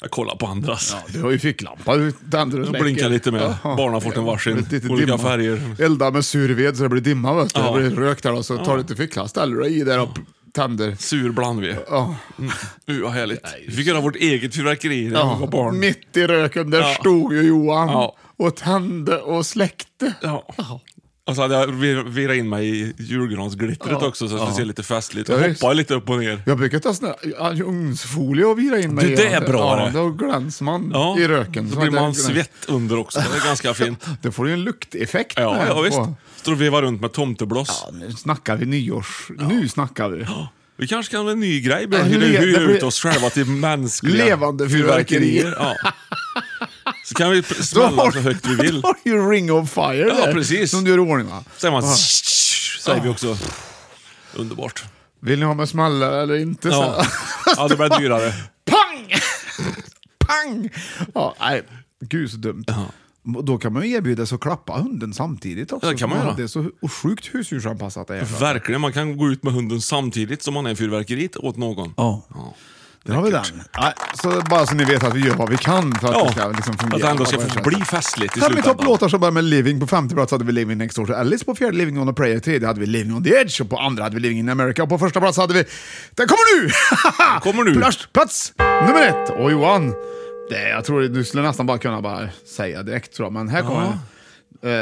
C: Jag kollar på andras.
B: Ja, du har ju ficklampa. Du tänder och
C: Jag
B: släcker.
C: blinkar lite med. Barnen har fått en varsin.
B: Lite- lite
C: Olika
B: dimma.
C: färger.
B: Elda med sur ved så det blir dimma. Vet du.
C: Ja.
B: Det blir rök där och så tar du lite fickla. Ställer du dig i där och tänder.
C: Sur blandved.
B: Ja.
C: Mm. Uh, vad härligt. Vi fick göra vårt eget fyrverkeri när vi var barn.
B: Mitt i röken, där
C: Ja.
B: stod ju Johan
C: Ja.
B: och tände och släckte.
C: Ja. Och så hade jag vir- virrat in mig i julgransglittret också så att det skulle se lite festligt ut.
B: Ja,
C: Jag
B: visst.
C: hoppade lite upp och ner.
B: Jag brukar ta sån här ugnsfolie och vira in mig
C: Du,
B: i.
C: det är bra
B: ja,
C: det.
B: Då glänser man i röken.
C: Då
B: Så
C: blir
B: att det-
C: man svett under också. Det är ganska fint.
B: Det får ju en lukteffekt. det
C: Ja,
B: här
C: ja visst.
B: på-
C: Står och vevar runt med tomtebloss.
B: Ja, nu snackar vi nyårs... Nu snackar vi.
C: Vi kanske kan ha en ny grej. Börja
B: Nej,
C: hyra
B: le-
C: hyra
B: det blir-
C: ut oss själva till mänskliga
B: Levande fyrverkerier.
C: Ja. Så kan vi pr-
B: Då
C: smälla så högt vi vill.
B: Då har ju Ring of Fire
C: Ja,
B: där,
C: precis.
B: som du gör i ordning va?
C: Säger man säger vi också. Underbart.
B: Vill ni ha med smällare eller inte? Så,
C: Ja, ja det blir dyrare.
B: pang! pang! Ja, nej, gud så dumt. Då kan man ju erbjuda sig att klappa hunden samtidigt också.
C: Ja, det kan man göra.
B: Det är så hu- sjukt husdjursanpassat det är.
C: Verkligen, man kan gå ut med hunden samtidigt som man är fyrverkeriet åt någon.
B: Ja. Där har vi den. Nej, så bara så ni vet att vi gör vad vi kan för att det ska liksom fungera.
C: att det ändå ska
B: på det här sättet.
C: få bli festligt i
B: Sen vi topp
C: slutändan.
B: låtar som börjar med Living. På femte plats hade vi Living Next Door to Alice. På fjärde Living On A Prayer. Tredje hade vi Living On The Edge. Och på andra hade vi Living In America. Och på första plats hade vi... Den kommer nu!
C: kommer nu.
B: Plats, plats nummer ett. Och Johan, det, jag tror du skulle nästan bara kunna bara säga direkt tror jag. Men här kommer den. Eh, det,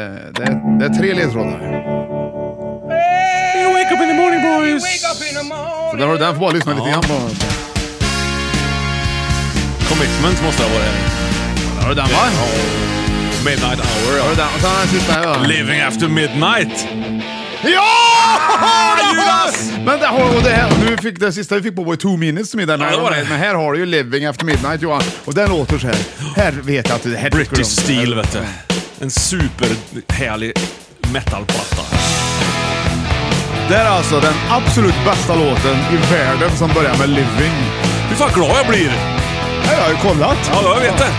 B: är, det är tre ledtrådar.
C: Wake up in the morning boys!
B: Så där har du den. Får bara lyssna lite grann på.
C: Commitment måste ha varit här.
B: Där har du den va?
C: Midnight hour,
B: Där har
C: ja.
B: du den. Och sen den sista här va?
C: Living after midnight!
B: Ja!
C: Ah, Judas!
B: Men det, har- och det, här, nu fick, det sista vi fick på var ju Two Minutes med den.
C: Ja, det var det.
B: Men här har du ju Living After Midnight Johan. Och den låter så här. Här vet jag att det här tycker du om.
C: British Steel, vet du. En superhärlig metalplatta.
B: Det är alltså den absolut bästa låten i världen som börjar med Living.
C: Hur fan glad jag blir!
B: Här har jag ju kollat.
C: Ja, jag vet det.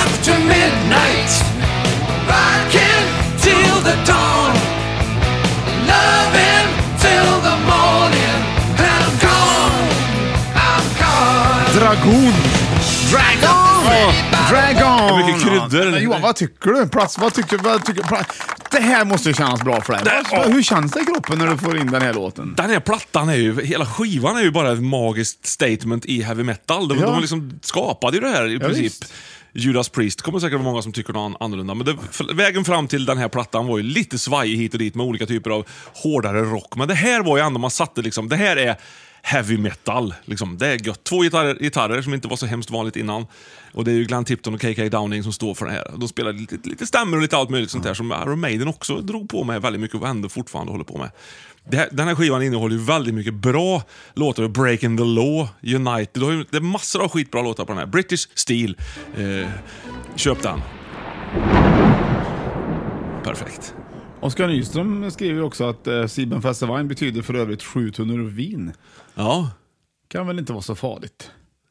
D: after midnight, rocking till the dawn, loving till the morning. I'm gone, I'm gone.
B: Dragon. Dragon! Dragon!
C: Det är mycket kryddor.
B: Men Johan, vad tycker du? Plats, vad tycker, vad tycker, plats,
I: Det här måste ju kännas bra för dig. Vad- Hur känns det i kroppen när du får in den här låten?
C: Den här plattan är ju, hela skivan är ju bara ett magiskt statement i heavy metal. De,
I: Ja.
C: de har liksom skapade ju det här i princip.
I: visst.
C: Judas Priest kommer säkert vara många som tycker något annorlunda, men det, för, vägen fram till den här plattan var ju lite svajig hit och dit med olika typer av hårdare rock. Men det här var ju ändå, man satte liksom, det här är heavy metal. Liksom. Det är gött. Två gitarrer, gitarrer som inte var så hemskt vanligt innan. Och det är ju Glenn Tipton och KK Downing som står för det här. De spelar lite, lite stämmer och lite allt möjligt sånt där som Iron Maiden också drog på med väldigt mycket och ändå fortfarande håller på med. Det här, den här skivan innehåller ju väldigt mycket bra låtar. Breaking the Law, United. Det har ju- Det är massor av skitbra låtar på den här. British Steel. Eh, köp den. Perfekt.
B: Oskar Nyström skriver ju också att eh, Siebenfässer Wein betyder för övrigt sju tunnor vin.
C: Ja.
B: Kan väl inte vara så farligt?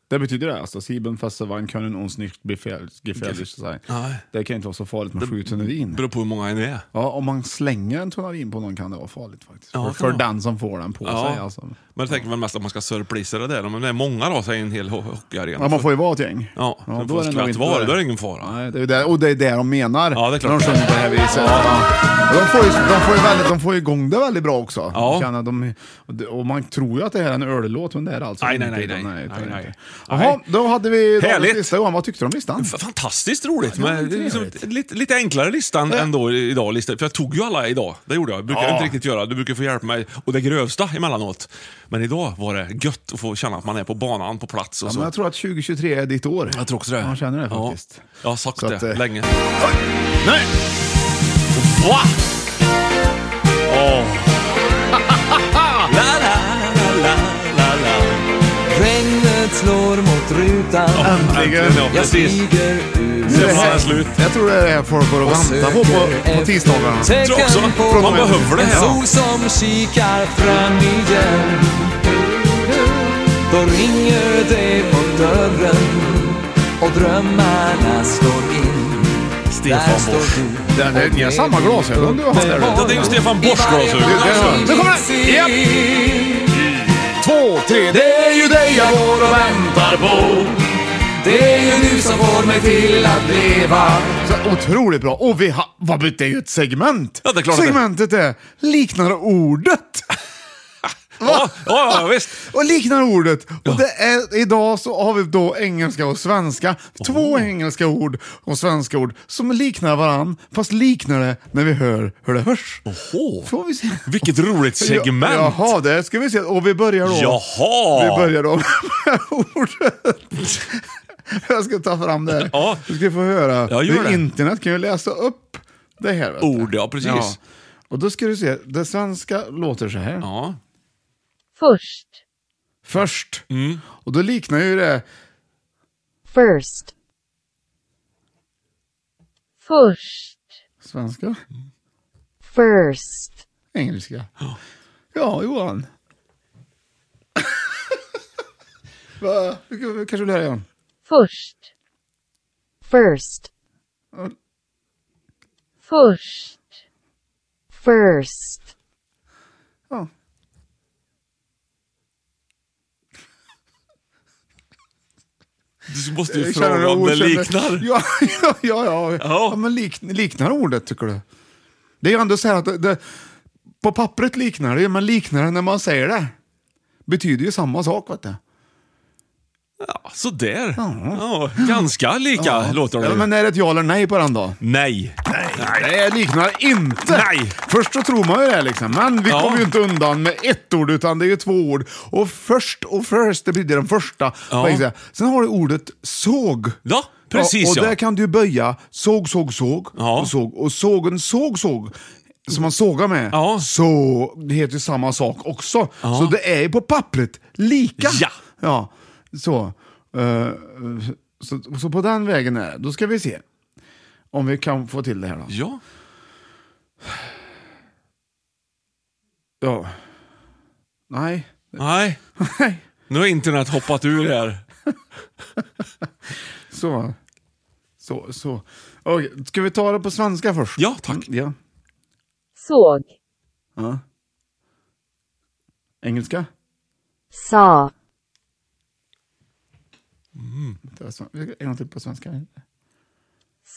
B: Det betyder det alltså. Siebenfässer Wein können uns nicht befäl- gefährlich sein.
C: Nej.
B: Det kan inte vara så farligt med sju tunnor vin.
C: Beror på hur många ni är.
B: Ja, om man slänger en tunna vin på någon kan det vara farligt faktiskt.
C: Ja,
B: för
C: det
B: för
C: kan vara.
B: den som får den på
C: Ja.
B: sig alltså.
C: Men jag tänker väl mest att man ska surplisa det där. Men det är många då, säger en hel ho- hockeyarena.
B: Ja, man får ju vara ett gäng.
C: Ja, sen får
B: nog
C: skvätt
B: inte
C: var,
B: det.
C: då är det ingen fara.
B: Nej, det är ju där, och det är det de menar.
C: Ja, det är klart.
B: När de sjunger på det här viset. Ja. Och de, får ju, de, får ju väldigt, de får ju igång det väldigt bra också.
C: Ja.
B: Jag Känner att de, och det- och man tror ju att det här är en öllåt, men det är det alltså
C: Nej,
B: inte.
C: nej, nej,
B: utan-
C: nej.
B: utan
C: Nej,
B: inte.
C: nej.
B: Jaha, då hade vi dagens
C: Härligt. alltså.
B: lista. Johan, vad tyckte du om listan?
C: F- Fantastiskt roligt.
B: Ja, det var
C: men det är liksom,
B: trevligt.
C: lite, lite enklare listan ändå i- idag. Lista, för jag tog ju alla idag. Det gjorde jag. Det brukar
B: Ja.
C: jag inte riktigt göra. Du brukar få hjälpa mig och det grövsta emellanåt. Men idag var det gött att få känna att man är på banan, på plats och
B: Ja,
C: så.
B: men jag tror att 2023 är ditt år.
C: Jag tror också det.
B: Man känner det faktiskt.
C: Ja, jag har sagt
B: Så att,
C: det
B: eh,
C: länge.
B: Nej!
C: Va? Åh. La, la, la, la, la.
D: Regnet slår mot rutan.
B: Äntligen.
C: Ja,
D: Jag
C: precis.
D: stiger ur
C: Det var
D: sängen.
C: här slut.
B: Jag tror det är det här folk går och väntar på på, på
D: efter
B: tisdagarna.
C: tror också.
D: tecken på
C: Man behöver det
D: en
C: här, va?
D: sol som kikar fram igen. Då ringer det på dörren och drömmarna slår in. Där
C: Stefan
D: står
C: Borsch.
D: du.
B: Där, det, ni har samma glasögon du har där.
C: Det, det är ju Stefan Borsch glasögon.
B: Nu kommer det! Japp. Två, tre, det är ju dig jag går och väntar på.
D: Det är ju du som får mig till att leva.
B: Så otroligt bra. Och vi har, vad bet- det är ju ett segment.
C: Ja, det är klart att det är.
B: Segmentet är liknar ordet.
C: Ja, ja, ja, visst.
B: Och liknar ordet. Och det är, idag så har vi då engelska och svenska. Två engelska ord och svenska ord som liknar varann, fast liknar det när vi hör hur det hörs.
C: Åh,
B: Får vi se.
C: vilket roligt segment.
B: Ja, jaha, det ska vi se. Och vi börjar då. Vi
C: Jaha!
B: börjar då med ordet. Jag ska ta fram det här.
C: Ja.
B: Du ska få höra.
C: Ja, gör
B: Hur
C: det.
B: Internet kan ju läsa upp det här. vet du.
C: Ord, ja, precis.
B: Och då ska du se, det svenska låter så här.
C: Ja.
J: Först.
B: Först. Och då liknar ju det
J: First. Först.
B: svenska,
J: First.
B: engelska. Ja, Johan. Va? Du kan- kanske vill höra igen.
J: Först. First. Först. First.
B: Ja.
C: Du måste ju
B: Jag känner
C: fråga om det
B: okänner-
C: liknar.
B: Ja, ja, ja. ja. ja men lik, liknar ordet tycker du? Det är ju ändå så här att det, det, på pappret liknar det ju, men liknar det när man säger det betyder ju samma sak vet du.
C: Ja, sådär. Ja, ganska lika låter det
B: Ja,
C: ju.
B: men är det ett ja eller nej på den då?
C: Nej.
B: Det liknar inte.
C: Nej.
B: Först så tror man ju det liksom, men vi
C: Ja.
B: kommer ju inte undan med ett ord utan det är ju två ord. Och först och först, det blir det den första.
C: Ja.
B: Vad jag säger. Sen har du ordet såg.
C: Ja, precis
B: Och,
C: ja.
B: där kan du böja såg, såg, såg
C: Ja.
B: och såg. Och sågen såg, såg. Som man sågar med,
C: Ja.
B: så det heter ju samma sak också. Så det är ju på pappret lika.
C: Ja.
B: ja. Så. Eh, så, så på den vägen är det. Då ska vi se om vi kan få till det här då.
C: Ja.
B: Ja. Nej.
C: Nej. Nu har internet hoppat ur här.
B: Så. Så, så. Okej, ska vi ta det på svenska först?
C: Ja, tack.
B: Mm, ja.
J: Såg.
B: ja. Engelska?
J: Sa.
B: Det var sven- En gång till på svenska.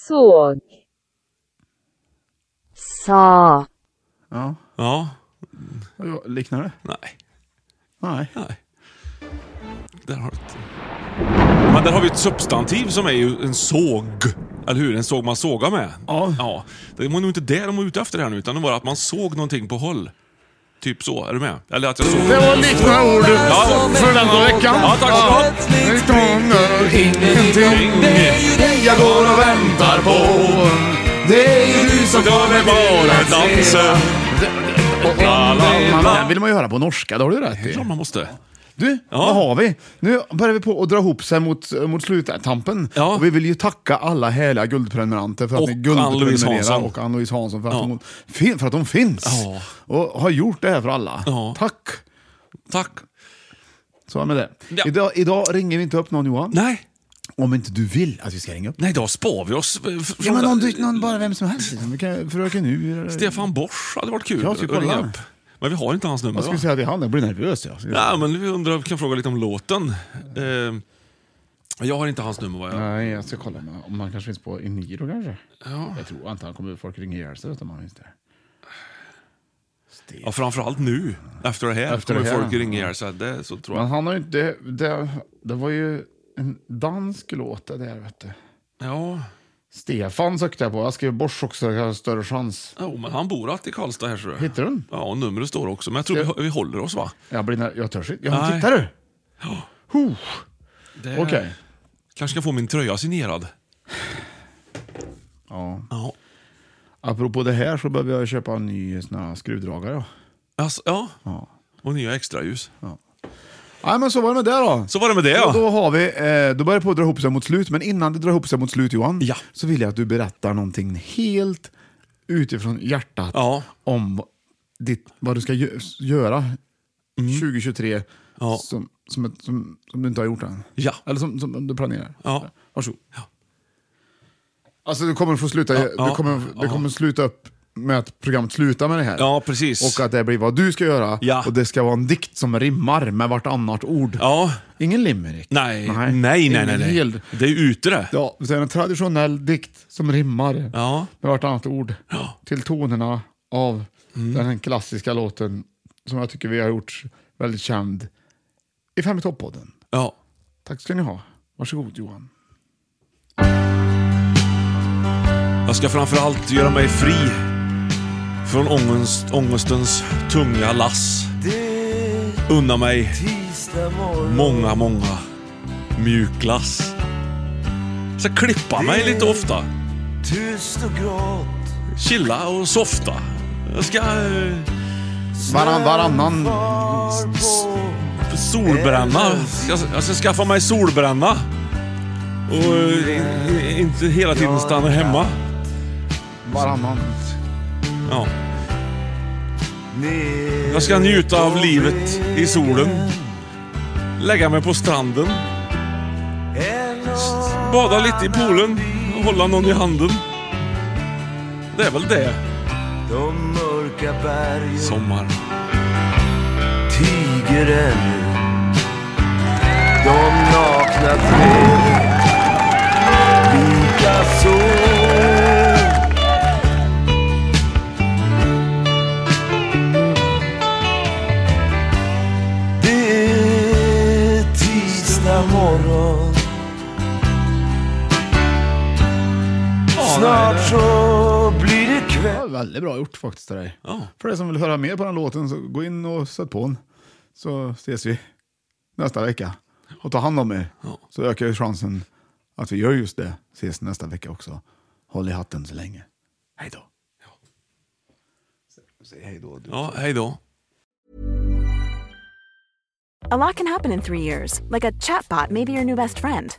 J: Såg. Sa.
B: Ja.
C: Ja.
B: Liknar det?
C: Nej.
B: Nej.
C: Nej. Där har vi ett... Men där har vi ett substantiv som är ju en såg. Eller hur? En såg man sågar med.
B: Ja.
C: ja. Det var nog inte det de var ute efter här nu, utan det var att man såg någonting på håll. Typ så, är du med? Eller att jag såg...
B: Det var liknande ord
C: Ja.
B: för denna veckan.
C: Ja, tack så
B: Ja. Det kommer ingenting. Det jag går och väntar på. Det är ju du som kommer bara dansa.
C: La, la,
B: Den
C: la.
B: vill man ju höra på norska, det har du rätt
C: Det är
B: i.
C: klart man måste.
B: Du, vad har vi? Nu börjar vi på att dra ihop sig mot, mot sluttampen.
C: Ja.
B: Och vi vill ju tacka alla härliga guldprenumeranter för att
C: Och
B: ni
C: Ann-Louise
B: guldprenumererar
C: Hansson.
B: och Ann-Louise Hansson för att,
C: Ja.
B: hon, fin- för att hon finns.
C: Ja.
B: Och har gjort det här för alla.
C: Ja.
B: Tack!
C: Tack.
B: Så är det med det.
C: Ja.
B: Idag, idag ringer vi inte upp någon Johan.
C: Nej.
B: Om inte du vill att vi ska ringa upp.
C: Nej, då spar vi oss. eh, f-
B: Ja, men
C: från-
B: någon, dyk- någon, bara vem som helst. liksom. Vi kan- Fröken Ur. eller-
C: Stefan Borsch hade varit kul
B: Ja, typ
C: att ringa
B: alla.
C: upp. Men vi har inte hans nummer
B: Vad ska
C: va?
B: vi säga till han? Jag blir nervös. Jag.
C: Ja, men vi undrar, vi kan fråga lite om låten. Eh, jag har inte hans nummer vad jag...
B: Nej, jag ska kolla med- om han kanske finns på Eniro kanske.
C: Ja.
B: Jag tror inte han kommer folk ringer ihjäl sig utan han finns där.
C: Ja, framförallt nu, efter det här,
B: Efter
C: kommer
B: det här,
C: folk
B: ja.
C: ringa er. Så, här, det, så tror
B: Men
C: jag.
B: han har ju inte... Det, det, det var ju en dansk låt det där vet du.
C: Ja,
B: Stefan sökte jag på. Jag skrev Bors också, jag har större chans.
C: jo, men han bor alltid i Karlstad här. Så. det-
B: Hittar du den?
C: Ja, och numret står också. Men jag tror vi, vi håller oss va?
B: Jag blir när, Jag törs inte. Ja,
C: Nej.
B: tittar du! Huh.
C: Det-
B: Okej.
C: Kanske kan få min tröja signerad.
B: Ja.
C: Ja.
B: Apropå det här så behöver jag köpa en ny sån här skruvdragare. Ja.
C: Alltså, ja.
B: Ja.
C: Och nya extraljus.
B: Nej, men så var det med det då.
C: Så var det med det
B: Och
C: ja.
B: Då, har vi, eh, då börjar det på att dra ihop sig mot slut, men innan det drar ihop sig mot slut Johan,
C: Ja.
B: så vill jag att du berättar någonting helt utifrån hjärtat
C: Ja.
B: om ditt, vad du ska gö- göra 2023
C: Mm. Ja.
B: som, som, ett, som, som du inte har gjort än.
C: Ja.
B: Eller som, som du planerar.
C: Ja.
B: Varsågod. Alltså du kommer få sluta,
C: ja,
B: du kommer, det kommer sluta upp med att programmet slutar med det här.
C: Ja, precis.
B: Och att det blir vad du ska göra
C: Ja.
B: och det ska vara en dikt som rimmar med vartannat ord.
C: Ja.
B: Ingen limerick.
C: Nej, nej, nej, nej. nej,
B: Ingen hel-
C: Det är ju ute det.
B: Ja, utan en traditionell dikt som rimmar
C: Ja.
B: med vartannat ord
C: Ja. Mm.
B: till tonerna av den här klassiska låten som jag tycker vi har gjort väldigt känd i Fem i topp-podden.
C: ja.
B: Tack ska ni ha. Varsågod Johan.
C: Jag ska framförallt göra mig fri från ångest, ångestens tunga lass. Unna mig många, många mjukglass. Jag ska klippa mig lite ofta. Chilla och softa. Jag ska eh,
B: Varann, varannan.
C: solbränna. Jag ska, jag ska skaffa mig solbränna. Och eh, inte hela tiden stanna hemma.
B: Varannan.
C: Ja. Jag ska njuta av livet i solen. Lägga mig på stranden. S- Bada lite i poolen och hålla någon i handen. Det är väl det. Sommar. Snart
B: Ja, väldigt bra gjort faktiskt av dig.
C: Ja.
B: För er som vill höra mer på den låten så gå in och sätt på den. Så ses vi nästa vecka. Och ta hand om er. Så ökar ju chansen att vi gör just det. Ses nästa vecka också. Håll i hatten så länge. Hej då. Säg hej då.
C: Ja, hej då.
E: A lot can happen in three years, like a chatbot may be your new best friend.